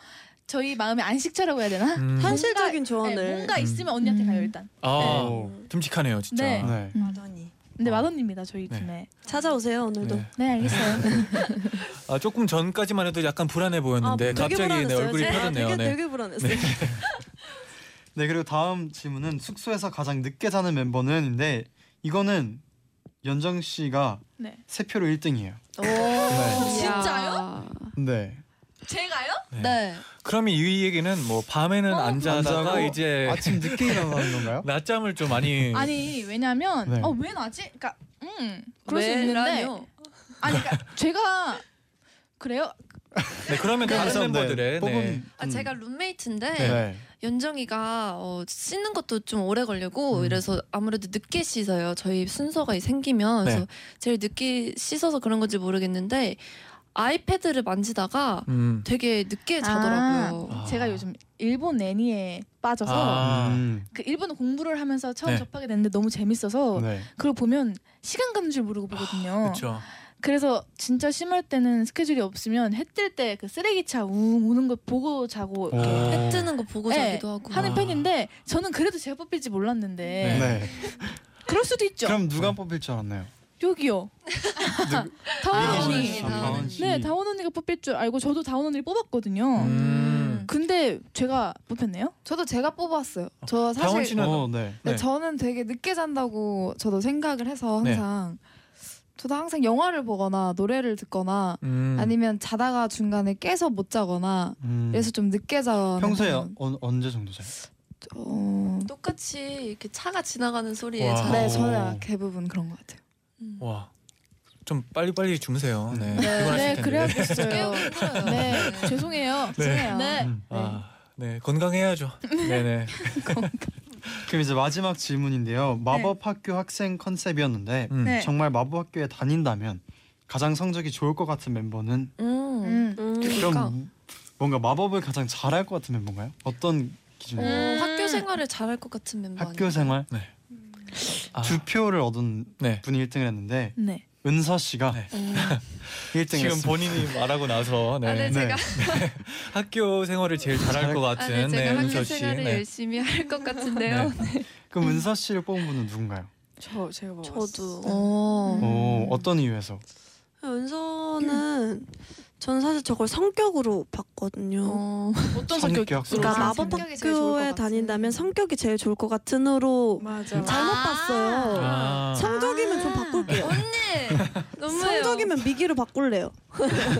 [SPEAKER 7] 저희 마음에 안식처라고 해야 되나?
[SPEAKER 3] 음.
[SPEAKER 6] 현실적인 조언을.
[SPEAKER 7] 네, 뭔가
[SPEAKER 3] 음.
[SPEAKER 7] 있으면 언니한테 가요 일단.
[SPEAKER 3] 아
[SPEAKER 2] 오.
[SPEAKER 3] 듬직하네요 진짜.
[SPEAKER 7] 네.
[SPEAKER 2] 네.
[SPEAKER 4] 마더니.
[SPEAKER 7] 근데
[SPEAKER 3] 어.
[SPEAKER 7] 맏언니입니다 저희
[SPEAKER 3] 네.
[SPEAKER 7] 팀에.
[SPEAKER 6] 찾아오세요 오늘도.
[SPEAKER 3] 네.
[SPEAKER 7] 네 알겠어요.
[SPEAKER 3] 아 조금 전까지만 해도 약간 불안해
[SPEAKER 6] 아,
[SPEAKER 3] 보였는데
[SPEAKER 6] 되게
[SPEAKER 3] 갑자기 내
[SPEAKER 6] 불안했어요.
[SPEAKER 3] 얼굴이
[SPEAKER 6] 진짜.
[SPEAKER 3] 펴졌네요.
[SPEAKER 6] 되게,
[SPEAKER 3] 네.
[SPEAKER 6] 되게 불안했어요.
[SPEAKER 2] 네 그리고 다음 질문은 숙소에서 가장 늦게 자는 멤버는인데 이거는 연정 씨가
[SPEAKER 7] 네.
[SPEAKER 2] 세 표로 1등이에요.
[SPEAKER 3] 네.
[SPEAKER 7] 어, 진짜요?
[SPEAKER 2] 네.
[SPEAKER 7] 제가요?
[SPEAKER 3] 네.
[SPEAKER 10] 네.
[SPEAKER 3] 그러면 이 얘기는 뭐 밤에는 안 자다가
[SPEAKER 2] 자고
[SPEAKER 3] 이제
[SPEAKER 2] 아침 늦게 일어나는 건가요?
[SPEAKER 3] 낮잠을 좀 많이
[SPEAKER 7] 아니 왜냐면
[SPEAKER 2] 네.
[SPEAKER 7] 어왜 나지? 그러니까 음 그럴 수 있는데
[SPEAKER 10] 왜라뇨?
[SPEAKER 7] 아니 그러니까 제가 그래요?
[SPEAKER 3] 네, 그러면 다른
[SPEAKER 2] 감사합니다.
[SPEAKER 3] 멤버들의
[SPEAKER 2] 뽑은-
[SPEAKER 3] 네.
[SPEAKER 10] 아,
[SPEAKER 2] 음.
[SPEAKER 10] 제가 룸메이트인데
[SPEAKER 2] 네.
[SPEAKER 10] 연정이가 어, 씻는 것도 좀 오래 걸리고
[SPEAKER 3] 음.
[SPEAKER 10] 이래서 아무래도 늦게 씻어요. 저희 순서가 생기면
[SPEAKER 3] 네.
[SPEAKER 10] 그래서 제일 늦게 씻어서 그런 건지 모르겠는데 아이패드를 만지다가
[SPEAKER 3] 음.
[SPEAKER 10] 되게 늦게 자더라고요.
[SPEAKER 3] 아.
[SPEAKER 7] 제가 요즘 일본 애니에 빠져서
[SPEAKER 3] 아.
[SPEAKER 2] 음.
[SPEAKER 7] 그 일본 공부를 하면서 처음
[SPEAKER 3] 네.
[SPEAKER 7] 접하게 됐는데 너무 재밌어서
[SPEAKER 2] 네.
[SPEAKER 7] 그걸 보면 시간 가는 줄 모르고 보거든요.
[SPEAKER 3] 그렇죠.
[SPEAKER 7] 그래서 진짜 심할 때는 스케줄이 없으면 해 뜰 때 그 쓰레기차 웅 우는 거 보고 자고
[SPEAKER 2] 오.
[SPEAKER 7] 이렇게
[SPEAKER 10] 해 뜨는 거 보고
[SPEAKER 7] 네,
[SPEAKER 10] 자기도 하고.
[SPEAKER 7] 하는
[SPEAKER 3] 어. 아.
[SPEAKER 7] 편인데 저는 그래도 제가 뽑힐지 몰랐는데
[SPEAKER 2] 네.
[SPEAKER 7] 그럴 수도 있죠.
[SPEAKER 2] 그럼 누가 뽑힐 줄 알았나요?
[SPEAKER 7] 여기요.
[SPEAKER 3] 그
[SPEAKER 7] 다원
[SPEAKER 10] 미기
[SPEAKER 7] 언니.
[SPEAKER 10] 씨. 다원
[SPEAKER 2] 다원
[SPEAKER 10] 언니.
[SPEAKER 2] 씨.
[SPEAKER 7] 네, 다원 언니가 뽑힐 줄 알고 저도 다원 언니를 뽑았거든요.
[SPEAKER 3] 음.
[SPEAKER 7] 근데 제가 뽑혔네요.
[SPEAKER 11] 저도 제가 뽑았어요. 저
[SPEAKER 3] 다원
[SPEAKER 11] 사실
[SPEAKER 3] 씨는
[SPEAKER 2] 어, 네.
[SPEAKER 11] 네,
[SPEAKER 3] 네.
[SPEAKER 11] 저는 되게 늦게 잔다고 저도 생각을 해서 항상 저도 항상 영화를 보거나 노래를 듣거나
[SPEAKER 3] 음.
[SPEAKER 11] 아니면 자다가 중간에 깨서 못 자거나
[SPEAKER 2] 음.
[SPEAKER 11] 그래서 좀 늦게 자는
[SPEAKER 2] 평소에
[SPEAKER 11] 편은-
[SPEAKER 2] 어, 언제 정도 자요?
[SPEAKER 11] 어,
[SPEAKER 10] 똑같이 이렇게 차가 지나가는 소리에
[SPEAKER 3] 와.
[SPEAKER 10] 자.
[SPEAKER 11] 네
[SPEAKER 2] 오.
[SPEAKER 11] 저는 대부분 그런 것 같아요.
[SPEAKER 3] 와. 좀 빨리빨리 주무세요. 네.
[SPEAKER 7] 네,
[SPEAKER 3] 피곤하실 텐데.
[SPEAKER 7] 그래야겠어요.
[SPEAKER 10] 깨우기 힘들어요.
[SPEAKER 7] 네, 죄송해요. 죄송해요.
[SPEAKER 10] 네.
[SPEAKER 2] 음.
[SPEAKER 3] 아. 네, 건강해야죠. 네, 네.
[SPEAKER 2] 그럼 이제 마지막 질문인데요. 마법
[SPEAKER 6] 네.
[SPEAKER 2] 학교 학생 컨셉이었는데
[SPEAKER 3] 음.
[SPEAKER 7] 네.
[SPEAKER 2] 정말 마법 학교에 다닌다면 가장 성적이 좋을 것 같은 멤버는
[SPEAKER 10] 음.
[SPEAKER 7] 음.
[SPEAKER 6] 음.
[SPEAKER 2] 그럼 뭔가 마법을 가장 잘할 것 같은 멤버인가요? 어떤 기준이요?
[SPEAKER 7] 음.
[SPEAKER 10] 어, 학교 생활을 잘할 것 같은 멤버
[SPEAKER 2] 학교
[SPEAKER 10] 아니에요?
[SPEAKER 2] 생활
[SPEAKER 3] 아,
[SPEAKER 2] 두 표를 얻은
[SPEAKER 3] 네.
[SPEAKER 2] 분이 1등을 했는데
[SPEAKER 7] 네.
[SPEAKER 2] 은서 씨가
[SPEAKER 3] 네.
[SPEAKER 10] 음.
[SPEAKER 2] 1등을
[SPEAKER 3] 지금 뭐
[SPEAKER 2] 했습니다.
[SPEAKER 3] 본인이 말하고 나서 네.
[SPEAKER 10] 아, 네, 제가
[SPEAKER 3] 학교 생활을 제일 잘할 것
[SPEAKER 10] 아, 네,
[SPEAKER 3] 같은
[SPEAKER 10] 제가
[SPEAKER 3] 네,
[SPEAKER 10] 학교
[SPEAKER 3] 은서 씨.
[SPEAKER 10] 생활을
[SPEAKER 3] 네.
[SPEAKER 10] 열심히 할 것 같은데요.
[SPEAKER 2] 그럼 은서 씨를 뽑은 분은 누군가요?
[SPEAKER 4] 저 제가 뽑았어요.
[SPEAKER 6] 저도.
[SPEAKER 10] 어.
[SPEAKER 6] 음.
[SPEAKER 2] 오, 어떤 이유에서?
[SPEAKER 6] 은서는 저는 사실 저걸 성격으로 봤거든요.
[SPEAKER 10] 어.
[SPEAKER 7] 어떤
[SPEAKER 2] 성격?
[SPEAKER 7] 성격이
[SPEAKER 6] 그러니까
[SPEAKER 11] 아,
[SPEAKER 2] 그럼
[SPEAKER 6] 마법
[SPEAKER 7] 성격이 제일 좋을 것
[SPEAKER 6] 학교에
[SPEAKER 7] 같은.
[SPEAKER 6] 다닌다면 성격이 제일 좋을 것 같은으로
[SPEAKER 4] 맞아.
[SPEAKER 6] 잘못
[SPEAKER 10] 아.
[SPEAKER 6] 봤어요.
[SPEAKER 3] 아.
[SPEAKER 6] 성적이면 좀 바꿀게요.
[SPEAKER 10] 언니 너무해요.
[SPEAKER 6] 성적이면 미기로 바꿀래요.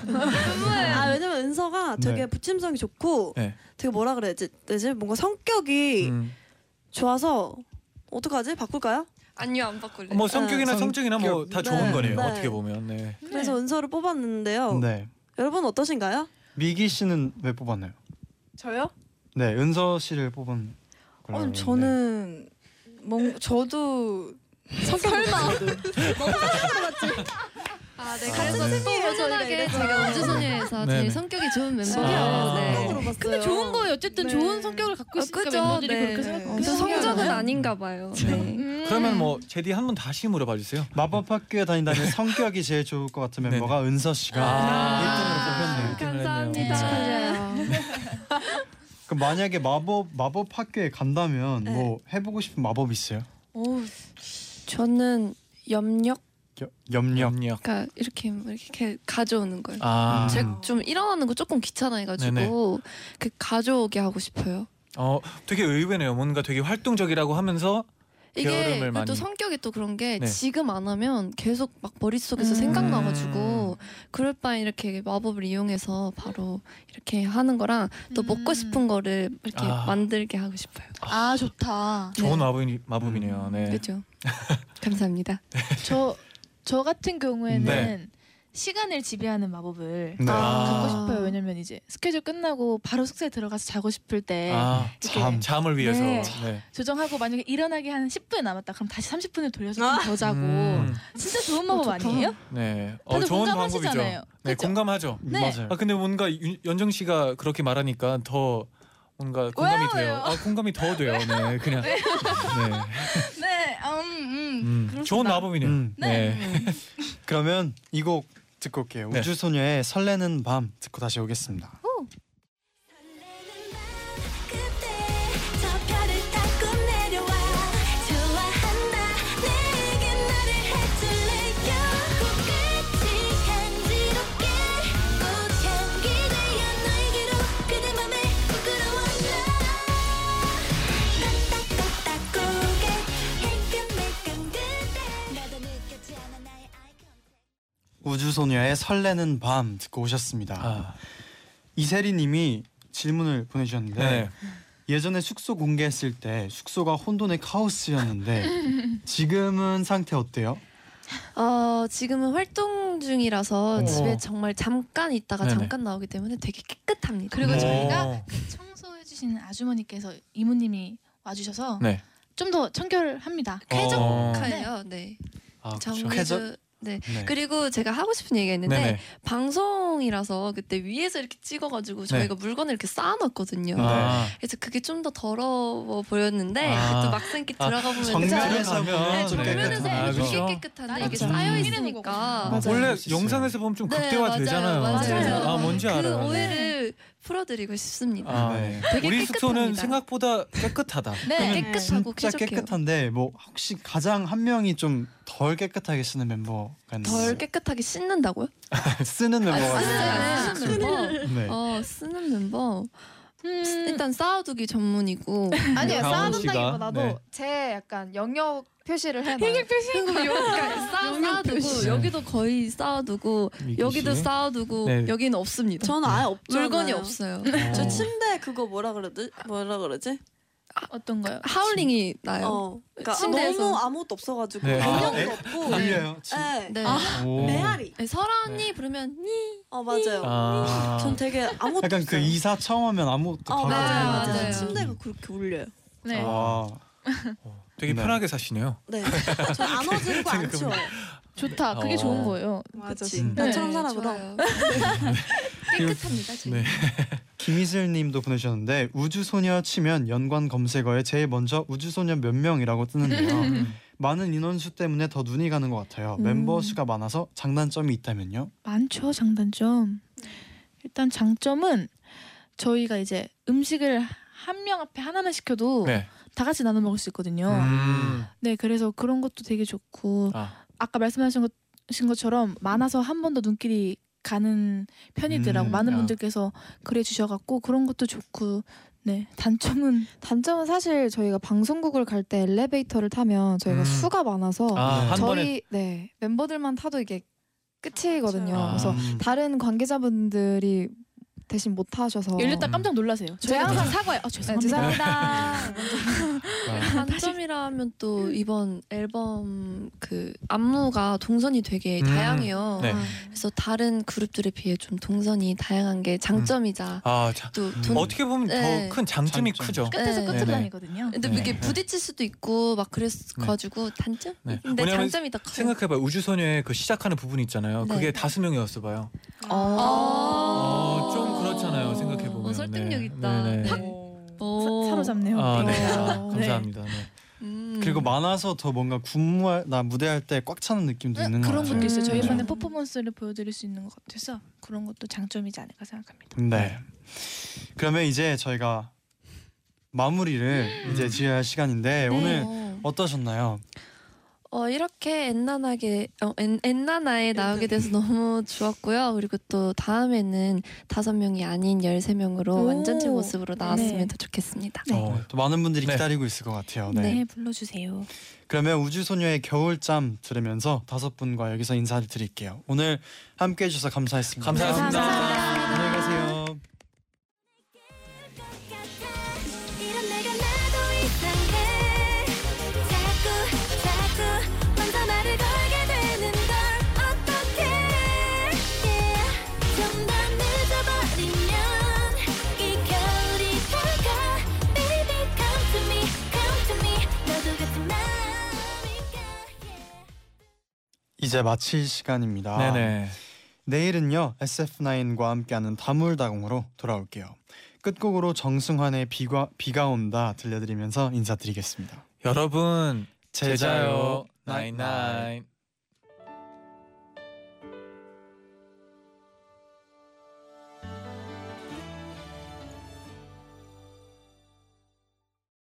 [SPEAKER 10] 너무해요.
[SPEAKER 6] 아 왜냐면 은서가 되게
[SPEAKER 2] 네.
[SPEAKER 6] 붙임성이 좋고
[SPEAKER 3] 네.
[SPEAKER 6] 되게 뭐라 그래야지 되지 뭔가 성격이
[SPEAKER 3] 음.
[SPEAKER 6] 좋아서 어떡하지 바꿀까요?
[SPEAKER 10] 아니요 안 바꿀래.
[SPEAKER 3] 뭐 성격이나
[SPEAKER 10] 아,
[SPEAKER 2] 성-
[SPEAKER 3] 성적이나 뭐 다
[SPEAKER 2] 네,
[SPEAKER 3] 좋은 거네요.
[SPEAKER 6] 네.
[SPEAKER 3] 어떻게 보면. 네.
[SPEAKER 6] 그래서 은서를 뽑았는데요.
[SPEAKER 2] 네.
[SPEAKER 6] 여러분 어떠신가요?
[SPEAKER 2] 미기 씨는 왜 뽑았나요?
[SPEAKER 7] 저요?
[SPEAKER 2] 네, 은서 씨를 뽑은 걸로
[SPEAKER 4] 어,
[SPEAKER 3] 음,
[SPEAKER 2] 알고 있는데.
[SPEAKER 4] 저는
[SPEAKER 6] 네.
[SPEAKER 4] 뭔 저도 설마
[SPEAKER 10] 아, 네.
[SPEAKER 2] 그래서 네.
[SPEAKER 10] 승리예요, 저희가 아.
[SPEAKER 8] 꾸준하게
[SPEAKER 10] 이래서.
[SPEAKER 8] 제가
[SPEAKER 10] 우주소녀에서
[SPEAKER 3] 네, 네.
[SPEAKER 10] 제일 성격이 좋은
[SPEAKER 3] 아.
[SPEAKER 10] 멤버예요. 네.
[SPEAKER 7] 근데 좋은 거예요. 어쨌든
[SPEAKER 11] 네.
[SPEAKER 7] 좋은 성격을 갖고
[SPEAKER 10] 어,
[SPEAKER 7] 있으니까
[SPEAKER 10] 그죠?
[SPEAKER 7] 멤버들이
[SPEAKER 10] 네.
[SPEAKER 7] 그렇게 생각.
[SPEAKER 10] 또 성적은 아닌가 봐요. 네.
[SPEAKER 7] 음.
[SPEAKER 3] 그러면 뭐 제디 한 번 다시 물어봐 주세요.
[SPEAKER 2] 마법 학교에 다닌다는 성격이 제일 좋을 것 같은 멤버가 은서 씨가
[SPEAKER 3] 아.
[SPEAKER 2] 1등으로 뽑혔네요.
[SPEAKER 3] 음.
[SPEAKER 10] 감사합니다.
[SPEAKER 2] 그럼 만약에 마법 마법 학교에 간다면
[SPEAKER 7] 네.
[SPEAKER 2] 뭐 해보고 싶은 마법 있어요?
[SPEAKER 7] 오,
[SPEAKER 10] 저는 염력,
[SPEAKER 2] 여, 염력.
[SPEAKER 3] 염력.
[SPEAKER 10] 그러니까 이렇게 뭐 이렇게 가져오는 거예요.
[SPEAKER 3] 아.
[SPEAKER 10] 제가 좀 일어나는 거 조금 귀찮아해가지고
[SPEAKER 3] 네네.
[SPEAKER 10] 그 가져오게 하고 싶어요.
[SPEAKER 3] 어, 되게 의외네요. 뭔가 되게 활동적이라고 하면서
[SPEAKER 10] 이게
[SPEAKER 3] 게으름을
[SPEAKER 10] 그리고
[SPEAKER 3] 많이.
[SPEAKER 10] 또 성격이 또 그런 게
[SPEAKER 3] 네.
[SPEAKER 10] 지금 안 하면 계속 막 머릿속에서
[SPEAKER 11] 음.
[SPEAKER 10] 생각나가지고
[SPEAKER 3] 음.
[SPEAKER 10] 그럴 바엔 이렇게 마법을 이용해서 바로 이렇게 하는 거랑 또
[SPEAKER 7] 음.
[SPEAKER 10] 먹고 싶은 거를 이렇게
[SPEAKER 3] 아.
[SPEAKER 10] 만들게 하고 싶어요.
[SPEAKER 7] 아 좋다.
[SPEAKER 3] 좋은 마법이 마법이네요. 네.
[SPEAKER 10] 네. 그죠? 감사합니다.
[SPEAKER 7] 저, 저 같은 경우에는
[SPEAKER 3] 네.
[SPEAKER 7] 시간을 지배하는 마법을
[SPEAKER 2] 네.
[SPEAKER 7] 갖고
[SPEAKER 3] 아.
[SPEAKER 7] 싶어요. 왜냐면 이제 스케줄 끝나고 바로 숙소에 들어가서 자고 싶을 때
[SPEAKER 3] 아,
[SPEAKER 7] 네. 이렇게
[SPEAKER 3] 잠 잠을 위해서.
[SPEAKER 7] 네.
[SPEAKER 3] 네.
[SPEAKER 7] 조정하고 만약에 일어나기 한 10분 남았다. 그럼 다시 30분을 돌려서 좀 더 자고.
[SPEAKER 3] 음,
[SPEAKER 7] 진짜 좋은 마법
[SPEAKER 10] 좋다.
[SPEAKER 7] 아니에요?
[SPEAKER 3] 네. 어,
[SPEAKER 7] 다들
[SPEAKER 3] 좋은 방법이죠.
[SPEAKER 7] 공감하시잖아요.
[SPEAKER 3] 네,
[SPEAKER 7] 그쵸?
[SPEAKER 3] 공감하죠.
[SPEAKER 7] 네.
[SPEAKER 2] 음, 맞아요.
[SPEAKER 3] 아 근데 뭔가 윤- 연정 씨가 그렇게 말하니까 더 뭔가 공감이
[SPEAKER 7] 왜요,
[SPEAKER 3] 돼요.
[SPEAKER 7] 왜요?
[SPEAKER 3] 아 공감이 더 돼요. 네, 그냥 네.
[SPEAKER 7] 네, 음, 음.
[SPEAKER 3] 음, 좋은 마법이네요.
[SPEAKER 2] 음.
[SPEAKER 3] 네.
[SPEAKER 2] 그러면 이 곡 듣고 올게요.
[SPEAKER 3] 네.
[SPEAKER 2] 우주소녀의 설레는 밤 듣고 다시 오겠습니다.
[SPEAKER 7] 어?
[SPEAKER 9] 설레는 밤 그때 저 별을 닦고 내려와 좋아한다 내게 나를 해줄래요 코끝이 간지럽게 꽃향기 되어 너에게로 그대 맘에 부끄러워 나 까딱까딱 고개 매끈매끈 그대 나도 느꼈지 않아 나의 아이
[SPEAKER 2] 우주소녀의 설레는 밤 듣고 오셨습니다.
[SPEAKER 3] 아,
[SPEAKER 2] 이세리님이 질문을 보내주셨는데
[SPEAKER 3] 네.
[SPEAKER 2] 예전에 숙소 공개했을 때 숙소가 혼돈의 카오스였는데 지금은 상태 어때요?
[SPEAKER 10] 어, 지금은 활동 중이라서
[SPEAKER 3] 오.
[SPEAKER 10] 집에 정말 잠깐 있다가
[SPEAKER 3] 네네.
[SPEAKER 10] 잠깐 나오기 때문에 되게 깨끗합니다.
[SPEAKER 7] 그리고
[SPEAKER 3] 오.
[SPEAKER 7] 저희가 청소해 주시는 아주머니께서 이모님이 와 주셔서
[SPEAKER 3] 네.
[SPEAKER 7] 좀 더 청결합니다.
[SPEAKER 3] 어.
[SPEAKER 10] 쾌적해요. 네.
[SPEAKER 3] 아, 그쵸.
[SPEAKER 10] 정리도
[SPEAKER 2] 쾌적?
[SPEAKER 10] 네.
[SPEAKER 2] 네.
[SPEAKER 10] 그리고 제가 하고 싶은 얘기가 있는데
[SPEAKER 3] 네네.
[SPEAKER 10] 방송이라서 그때 위에서 이렇게 찍어가지고 저희가 물건을 이렇게 쌓아놨거든요.
[SPEAKER 3] 네. 아,
[SPEAKER 10] 그래서 그게 좀 더 더러워 보였는데
[SPEAKER 3] 아.
[SPEAKER 10] 또 막상 이렇게
[SPEAKER 3] 아,
[SPEAKER 10] 들어가 보면
[SPEAKER 3] 정면에서
[SPEAKER 10] 그죠?
[SPEAKER 3] 보면
[SPEAKER 10] 네,
[SPEAKER 3] 좀
[SPEAKER 10] 정면에서
[SPEAKER 3] 깨끗하다.
[SPEAKER 10] 이렇게
[SPEAKER 3] 그죠?
[SPEAKER 10] 깨끗한데 이게
[SPEAKER 3] 그죠.
[SPEAKER 10] 쌓여
[SPEAKER 7] 음.
[SPEAKER 10] 있으니까
[SPEAKER 4] 맞아요.
[SPEAKER 3] 원래
[SPEAKER 2] 맞아요.
[SPEAKER 3] 영상에서 보면 좀
[SPEAKER 10] 네,
[SPEAKER 3] 극대화
[SPEAKER 10] 맞아요.
[SPEAKER 3] 되잖아요.
[SPEAKER 10] 맞아요.
[SPEAKER 3] 아 뭔지
[SPEAKER 10] 그
[SPEAKER 3] 알아요. 네.
[SPEAKER 10] 오해를 풀어드리고 싶습니다.
[SPEAKER 3] 아, 네.
[SPEAKER 10] 되게
[SPEAKER 3] 우리
[SPEAKER 10] 깨끗합니다.
[SPEAKER 3] 숙소는 생각보다 깨끗하다.
[SPEAKER 7] 네.
[SPEAKER 10] 깨끗하고
[SPEAKER 2] 진짜
[SPEAKER 10] 쾌적해요.
[SPEAKER 2] 깨끗한데 뭐 혹시 가장 한 명이 좀 덜 깨끗하게 쓰는 멤버가 있나요?
[SPEAKER 10] 덜 깨끗하게 씻는다고요?
[SPEAKER 2] 쓰는 멤버가
[SPEAKER 10] 아,
[SPEAKER 2] 있나요?
[SPEAKER 10] 쓰는, 쓰는 멤버.
[SPEAKER 2] 네.
[SPEAKER 10] 어 쓰는 멤버.
[SPEAKER 7] 음.
[SPEAKER 10] 일단 쌓아두기 전문이고
[SPEAKER 11] 아니요
[SPEAKER 3] 강원
[SPEAKER 11] 쌓아둔다기보다도
[SPEAKER 3] 씨가, 네.
[SPEAKER 11] 제 약간 영역 표시를 해놔요.
[SPEAKER 10] 그리고 여기가 쌓- 쌓아두고
[SPEAKER 3] 표시.
[SPEAKER 10] 그러니까 여기도 거의 쌓아두고
[SPEAKER 2] 미기
[SPEAKER 10] 여기도
[SPEAKER 2] 씨.
[SPEAKER 10] 쌓아두고
[SPEAKER 3] 네.
[SPEAKER 10] 여기는 없습니다.
[SPEAKER 6] 저는 아예 없잖아요.
[SPEAKER 10] 물건이 없어요.
[SPEAKER 6] 저
[SPEAKER 2] 어.
[SPEAKER 6] 침대 그거 뭐라 그러지? 뭐라 그러지?
[SPEAKER 7] 어떤 거요?
[SPEAKER 10] 하울링이 나요.
[SPEAKER 6] 어. 그러니까
[SPEAKER 10] 침대에서.
[SPEAKER 6] 너무 아무것도 없어가지고
[SPEAKER 3] 네.
[SPEAKER 2] 아,
[SPEAKER 6] 조명도
[SPEAKER 2] 에?
[SPEAKER 6] 없고.
[SPEAKER 2] 울려요. 진-
[SPEAKER 6] 네.
[SPEAKER 10] 네.
[SPEAKER 2] 오.
[SPEAKER 6] 메아리.
[SPEAKER 10] 네, 설아 언니 부르면 니.
[SPEAKER 6] 어 맞아요.
[SPEAKER 3] 아.
[SPEAKER 6] 전 되게 아무것도
[SPEAKER 2] 약간 그
[SPEAKER 6] 없어요.
[SPEAKER 2] 이사 처음 하면 아무것도
[SPEAKER 6] 어
[SPEAKER 2] 바로
[SPEAKER 6] 맞아요
[SPEAKER 10] 맞아요,
[SPEAKER 6] 맞아요.
[SPEAKER 10] 맞아요.
[SPEAKER 6] 침대가 그렇게 울려요.
[SPEAKER 3] 아.
[SPEAKER 7] 네.
[SPEAKER 2] 와.
[SPEAKER 3] 되게
[SPEAKER 2] 네.
[SPEAKER 3] 편하게 사시네요.
[SPEAKER 6] 네. 전안 어지르고 안 치워요.
[SPEAKER 7] 좋다. 그게
[SPEAKER 3] 어.
[SPEAKER 7] 좋은 거예요.
[SPEAKER 6] 맞아.
[SPEAKER 7] 그치?
[SPEAKER 2] 음.
[SPEAKER 7] 네.
[SPEAKER 6] 나처럼 사람으로.
[SPEAKER 10] 좋아요. 네. 깨끗합니다. 저희.
[SPEAKER 3] 네.
[SPEAKER 2] 김희슬님도 보내주셨는데 우주소녀 치면 연관 검색어에 제일 먼저 우주소녀 몇 명이라고 뜨는데요. 많은 인원수 때문에 더 눈이 가는 것 같아요.
[SPEAKER 7] 음.
[SPEAKER 2] 멤버 수가 많아서 장단점이 있다면요?
[SPEAKER 7] 많죠 장단점. 일단 장점은 저희가 이제 음식을 한 명 앞에 하나만 시켜도
[SPEAKER 3] 네.
[SPEAKER 7] 다 같이 나눠 먹을 수 있거든요.
[SPEAKER 3] 음.
[SPEAKER 7] 네, 그래서 그런 것도 되게 좋고
[SPEAKER 3] 아.
[SPEAKER 7] 아까 말씀하신 것, 신 것처럼 많아서 한 번 더 눈길이 가는 편이더라고.
[SPEAKER 2] 음,
[SPEAKER 7] 많은
[SPEAKER 3] 아.
[SPEAKER 7] 분들께서 그래 주셔갖고 그런 것도 좋고. 네, 단점은
[SPEAKER 11] 단점은 사실 저희가 방송국을 갈 때 엘리베이터를 타면 저희가
[SPEAKER 3] 음.
[SPEAKER 11] 수가 많아서
[SPEAKER 4] 어,
[SPEAKER 3] 아, 한 번에
[SPEAKER 11] 저희 네
[SPEAKER 7] 어.
[SPEAKER 11] 멤버들만 타도 이게 끝이거든요.
[SPEAKER 2] 음.
[SPEAKER 3] 아.
[SPEAKER 11] 그래서 다른 관계자분들이
[SPEAKER 4] 대신 못
[SPEAKER 3] 어.
[SPEAKER 4] 하셔서 네,
[SPEAKER 7] 열렸다 깜짝 놀라세요.
[SPEAKER 4] 저희
[SPEAKER 3] 네.
[SPEAKER 7] 저희가 항상
[SPEAKER 4] 항상-
[SPEAKER 7] 사과해요. 아, 죄송합니다.
[SPEAKER 10] 단점이라면 또 이번 앨범 그 안무가 동선이 되게
[SPEAKER 3] 음,
[SPEAKER 10] 다양해요.
[SPEAKER 4] 아.
[SPEAKER 3] 네.
[SPEAKER 10] 그래서 다른 그룹들에 비해 좀 동선이 다양한 게 장점이자
[SPEAKER 3] 아, 자,
[SPEAKER 10] 또
[SPEAKER 3] 음.
[SPEAKER 10] 돈-
[SPEAKER 3] 어떻게 보면
[SPEAKER 10] 네.
[SPEAKER 3] 더 큰 장점이
[SPEAKER 2] 장점.
[SPEAKER 3] 크죠.
[SPEAKER 7] 끝에서
[SPEAKER 10] 네.
[SPEAKER 7] 끝으로
[SPEAKER 3] 네네.
[SPEAKER 7] 다니거든요.
[SPEAKER 10] 근데
[SPEAKER 3] 네.
[SPEAKER 10] 이게 부딪힐 수도 있고 막 그래가지고 단점?
[SPEAKER 3] 네.
[SPEAKER 10] 근데
[SPEAKER 3] 왜냐면
[SPEAKER 10] 장점이 더 커요.
[SPEAKER 3] 생각해봐요. 우주소녀의 그 시작하는 부분 있잖아요.
[SPEAKER 10] 네.
[SPEAKER 3] 그게 다섯 명이었어 봐요.
[SPEAKER 7] 아.
[SPEAKER 3] 어, 좀 그렇잖아요. 생각해보면.
[SPEAKER 10] 어, 설득력
[SPEAKER 3] 네.
[SPEAKER 10] 있다.
[SPEAKER 3] 네네.
[SPEAKER 10] 네. 오.
[SPEAKER 7] 어. 사, 로잡네요
[SPEAKER 3] 아, 네. 아,
[SPEAKER 7] 네.
[SPEAKER 3] 감사합니다. 네.
[SPEAKER 10] 음.
[SPEAKER 2] 그리고 많아서 더 뭔가 군무할 나 무대할 때 꽉 차는 느낌도 있는 것
[SPEAKER 7] 음, 네, 그런
[SPEAKER 2] 같아요.
[SPEAKER 7] 것도 있어요. 저희
[SPEAKER 2] 네.
[SPEAKER 7] 이번에 퍼포먼스를 보여드릴 수 있는 것 같아서 그런 것도 장점이지 않을까 생각합니다.
[SPEAKER 2] 네. 그러면 이제 저희가 마무리를
[SPEAKER 7] 음.
[SPEAKER 2] 이제 지어야 할
[SPEAKER 7] 네.
[SPEAKER 2] 시간인데 오늘
[SPEAKER 10] 어.
[SPEAKER 2] 어떠셨나요?
[SPEAKER 10] 어, 이렇게 엔나나게 어, 엔, 엔나나에 나오게 돼서 너무 좋았고요. 그리고 또 다음에는 다섯 명이 아닌 열세 명으로
[SPEAKER 7] 오.
[SPEAKER 10] 완전체 모습으로 나왔으면
[SPEAKER 7] 네.
[SPEAKER 10] 더 좋겠습니다.
[SPEAKER 2] 어, 또 많은 분들이
[SPEAKER 3] 네.
[SPEAKER 2] 기다리고 있을 것 같아요. 네.
[SPEAKER 7] 네, 불러주세요.
[SPEAKER 2] 그러면 우주소녀의 겨울잠 들으면서 다섯 분과 여기서 인사를 드릴게요. 오늘 함께 해주셔서 감사했습니다.
[SPEAKER 3] 감사합니다.
[SPEAKER 2] 안녕히 가세요.
[SPEAKER 6] 이런 내가 나도 이상해 자꾸 자꾸 먼저 말을 걸게 되는 걸 어떡해 좀 더 늦어버리면 이 겨울이 다가 Baby come to me come to me 너도 같은 마음일까
[SPEAKER 2] 이제 마칠 시간입니다.
[SPEAKER 3] 네네.
[SPEAKER 2] 내일은요 SF9과 함께하는 다물다공으로 돌아올게요. 끝곡으로 정승환의 비가 비가 온다 들려드리면서 인사드리겠습니다.
[SPEAKER 3] 여러분 제자요 나인나인